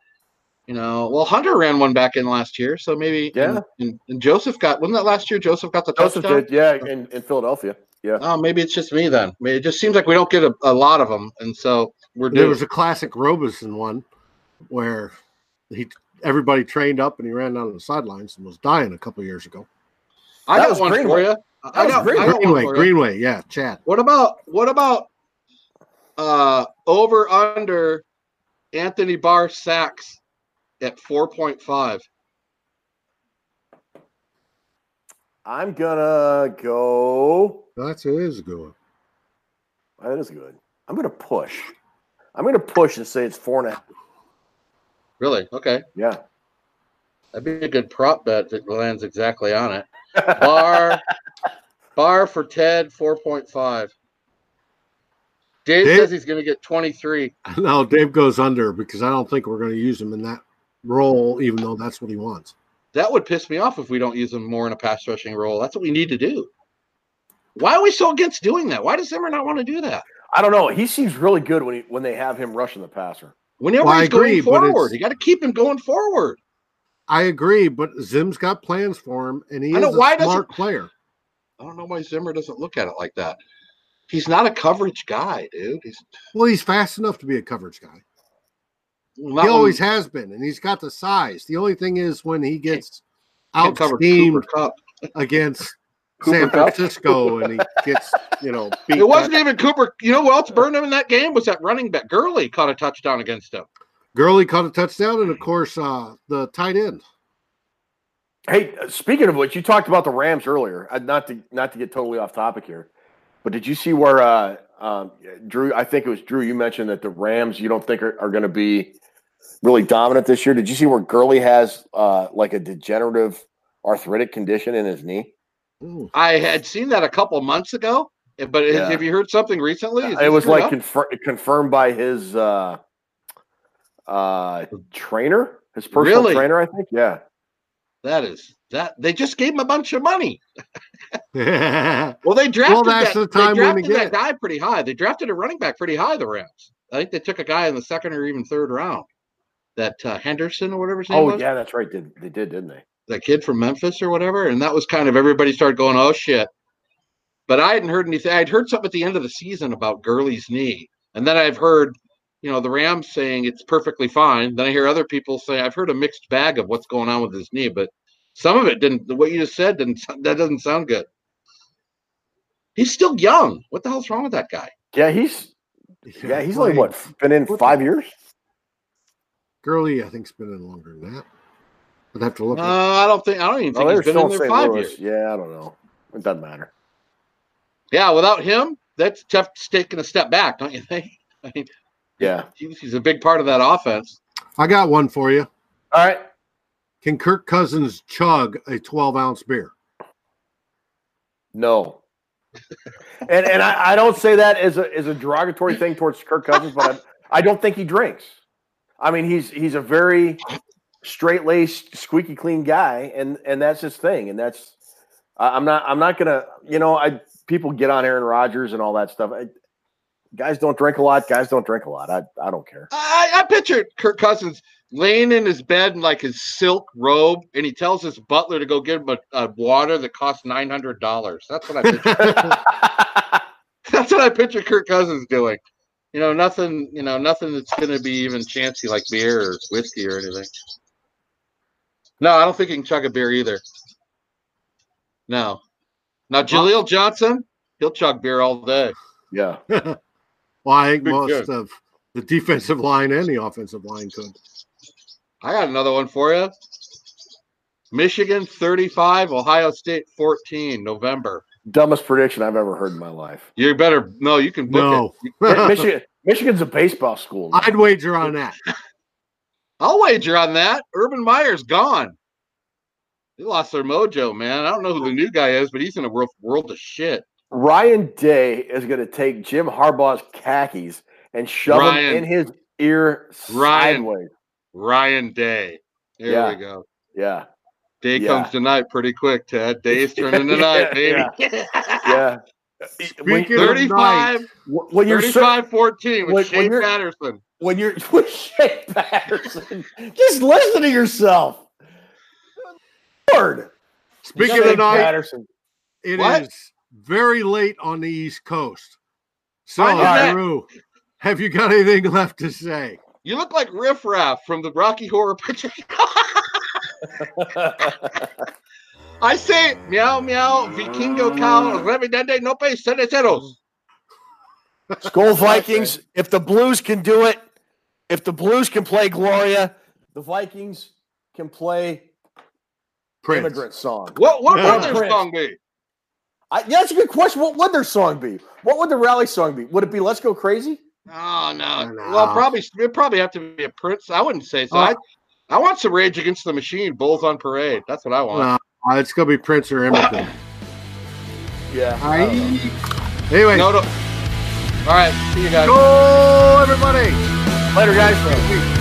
D: you know, well, Hunter ran one back in last year, so maybe
E: Yeah.
D: And, and, and Joseph got wasn't that last year? Joseph got the
E: Joseph
D: touchdown.
E: did, yeah, in, in Philadelphia, yeah.
D: Oh, maybe it's just me then. I mean, it just seems like we don't get a, a lot of them, and so we're
C: There
D: doing.
C: was a classic Robeson one where he everybody trained up and he ran down to the sidelines and was dying a couple years ago.
D: I
E: that
D: got
E: was
D: one for
E: Greenway.
D: you. I
E: was
D: got, I
E: Greenway.
D: got one
C: Greenway,
D: for you.
C: Greenway, yeah, Chad.
D: What about what about uh over under Anthony Barr sacks at 4.5?
E: I'm gonna go.
C: That's it is a good one.
E: That is good. I'm going to push. I'm going to push and say it's four and a half.
D: Really? Okay.
E: Yeah.
D: That'd be a good prop bet that lands exactly on it. Bar, bar for Ted, four point five. Dave,
C: Dave?
D: says he's going to get twenty three.
C: <laughs> No, Dave goes under because I don't think we're going to use him in that role, even though that's what he wants.
D: That would piss me off if we don't use him more in a pass rushing role. That's what we need to do. Why are we so against doing that? Why does Zimmer not want to do that?
E: I don't know. He seems really good when he, when they have him rushing the passer.
D: Whenever
C: Well, I
D: he's
C: agree,
D: going
C: but it's-
D: forward, you got to keep him going forward.
C: I agree, but Zim's got plans for him, and he
D: I
C: is
D: know,
C: a
D: why doesn't-
C: smart player.
D: I don't know why Zimmer doesn't look at it like that. He's not a coverage guy, dude. He's
C: Well, he's fast enough to be a coverage guy.
D: not
C: he always has been, and he's got the size. The only thing is when he gets
D: can't
C: out
D: cover Cooper
C: schemed
D: Cup.
C: against
E: Cooper
C: San
E: Cup?
C: Francisco, and he gets you know beat.
D: <laughs> It wasn't even Cooper. You know who else burned him in that game was that running back. Gurley caught a touchdown against him.
C: Gurley caught a touchdown, and of course uh, the tight end.
E: Hey, uh, speaking of which, you talked about the Rams earlier. Uh, Not to not to get totally off topic here, but did you see where uh, um, Drew? I think it was Drew. You mentioned that the Rams you don't think are, are going to be really dominant this year. Did you see where Gurley has uh, like a degenerative arthritic condition in his knee?
C: Ooh. <laughs>
D: I had seen that a couple months ago, but has-
E: Yeah.
D: have you heard something recently? Is
E: it
D: this
E: was
D: true
E: like
D: up?
E: confir- confirmed by his uh, uh, trainer, his personal
D: Really?
E: trainer. I think. Yeah.
D: that is that they just gave him a bunch of money.
C: yeah,
D: Well, they drafted
C: that's
D: that,
C: the time when
D: they drafted
C: you get
D: that
C: it.
D: guy pretty high. They drafted a running back pretty high. The Rams. I think they took a guy in the second or even third round. That uh, Henderson or whatever his name
E: Oh
D: was.
E: yeah, that's right. Did they did, didn't they?
D: that kid from Memphis or whatever, and that was kind of everybody started going, "Oh shit!" But I hadn't heard anything. I'd heard something at the end of the season about Gurley's knee, and then I've heard, you know, the Rams saying it's perfectly fine. Then I hear other people say I've heard a mixed bag of what's going on with his knee, but some of it didn't. What you just said didn't. That doesn't sound good. He's still young. What the hell's wrong with that guy?
E: Yeah, he's yeah, he's only
C: like-
E: <laughs> what been in
C: what
E: five
C: the-
E: years.
C: Gurley, I think's been in longer than that. I'd have to look.
D: Uh,
C: at
D: I don't think. I don't even think
E: they were
D: he's been
E: Oh, still
D: in there
E: St.
D: five
E: Louis.
D: years.
E: Yeah, I don't know. It doesn't matter.
D: Yeah, without him, that's tough taking a step back, don't you think? <laughs> I mean,
E: Yeah.
D: he's he's a big part of that offense.
C: I got one for you.
E: All right.
C: Can Kirk Cousins chug a 12 ounce beer? <laughs>
E: No. and and I, I don't say that as a as a derogatory thing towards Kirk Cousins, but I, I don't think he drinks. I mean, he's he's a very straight laced, squeaky clean guy, and and that's his thing. And that's I, I'm not I'm not gonna you know I people get on Aaron Rodgers and all that stuff. I, guys don't drink a lot. Guys don't drink a lot. I I don't care.
D: I, I pictured Kirk Cousins laying in his bed in like his silk robe, and he tells his butler to go get him a, a water that costs nine hundred dollars. That's
C: <laughs>
D: what I picture. that's what I picture Kirk Cousins doing. You know, nothing. You know, nothing that's going to be even chancy like beer or whiskey or anything. No, I don't think he can chug a beer either. No. Now Jaleel Johnson, he'll chug beer all day.
E: <laughs> yeah.
C: well, I think
D: Good
C: most
D: job.
C: of the defensive line and the offensive line could.
D: I got another one for you. Michigan 35, Ohio State 14, November.
E: dumbest prediction I've ever heard in my life.
D: You better no, you can book it.
C: No,
D: <laughs>
E: Mi- Michigan, Michigan's a baseball school.
C: <laughs> I'd wager on that.
D: I'll wager on that. Urban Meyer's gone. They lost their mojo, man. I don't know who the new guy is, but he's in a world world of shit.
E: Ryan Day is going to take Jim Harbaugh's khakis and shove
D: Ryan.
E: them in his ear
D: Ryan.
E: sideways.
D: Ryan Day. There
E: Yeah.
D: we go.
E: Yeah,
D: Day
E: Yeah.
D: comes to night pretty quick, Ted.
E: <laughs>
D: Day's turning to
E: Yeah,
D: night, baby.
E: yeah. When,
C: Speaking-
D: 35,
E: when you're so,
D: 35 14 with
E: when-
D: Shea
E: when you're-
D: Patterson.
E: when you're <laughs> with Shea Patterson, just listen to yourself. Lord,
C: Speaking
E: Shea
C: of night,
E: Patterson. <laughs>
C: it is
D: What?
C: very late on the East Coast. So,
D: I knew that.
C: Drew, have you got anything left to say?
D: You look like Riff Raff from the Rocky Horror Picture Show. I say meow meow vikingo cow revidente no pay ceros.
E: Skull Vikings. If the Blues can do it, if the Blues can play Gloria, the Vikings can play
C: Prince.
E: immigrant song.
D: What what
C: Yeah.
D: will their
E: Prince.
D: song be?
E: I, yeah, that's a good question. What would their song be? What would the rally song be? Would it be "Let's Go Crazy"?
D: Oh no.
C: No.
D: Well, probably it'd probably have to be a Prince. I wouldn't say so.
C: Oh.
D: I, I want some Rage Against the Machine, Bulls on Parade. That's what I want.
C: No, it's gonna be Prince or Emerson.
E: Yeah.
C: Uh,
E: I don't know.
C: Aye. Anyway,
D: No, no. All right. See you guys.
C: go everybody.
E: Later, guys.
C: Peace.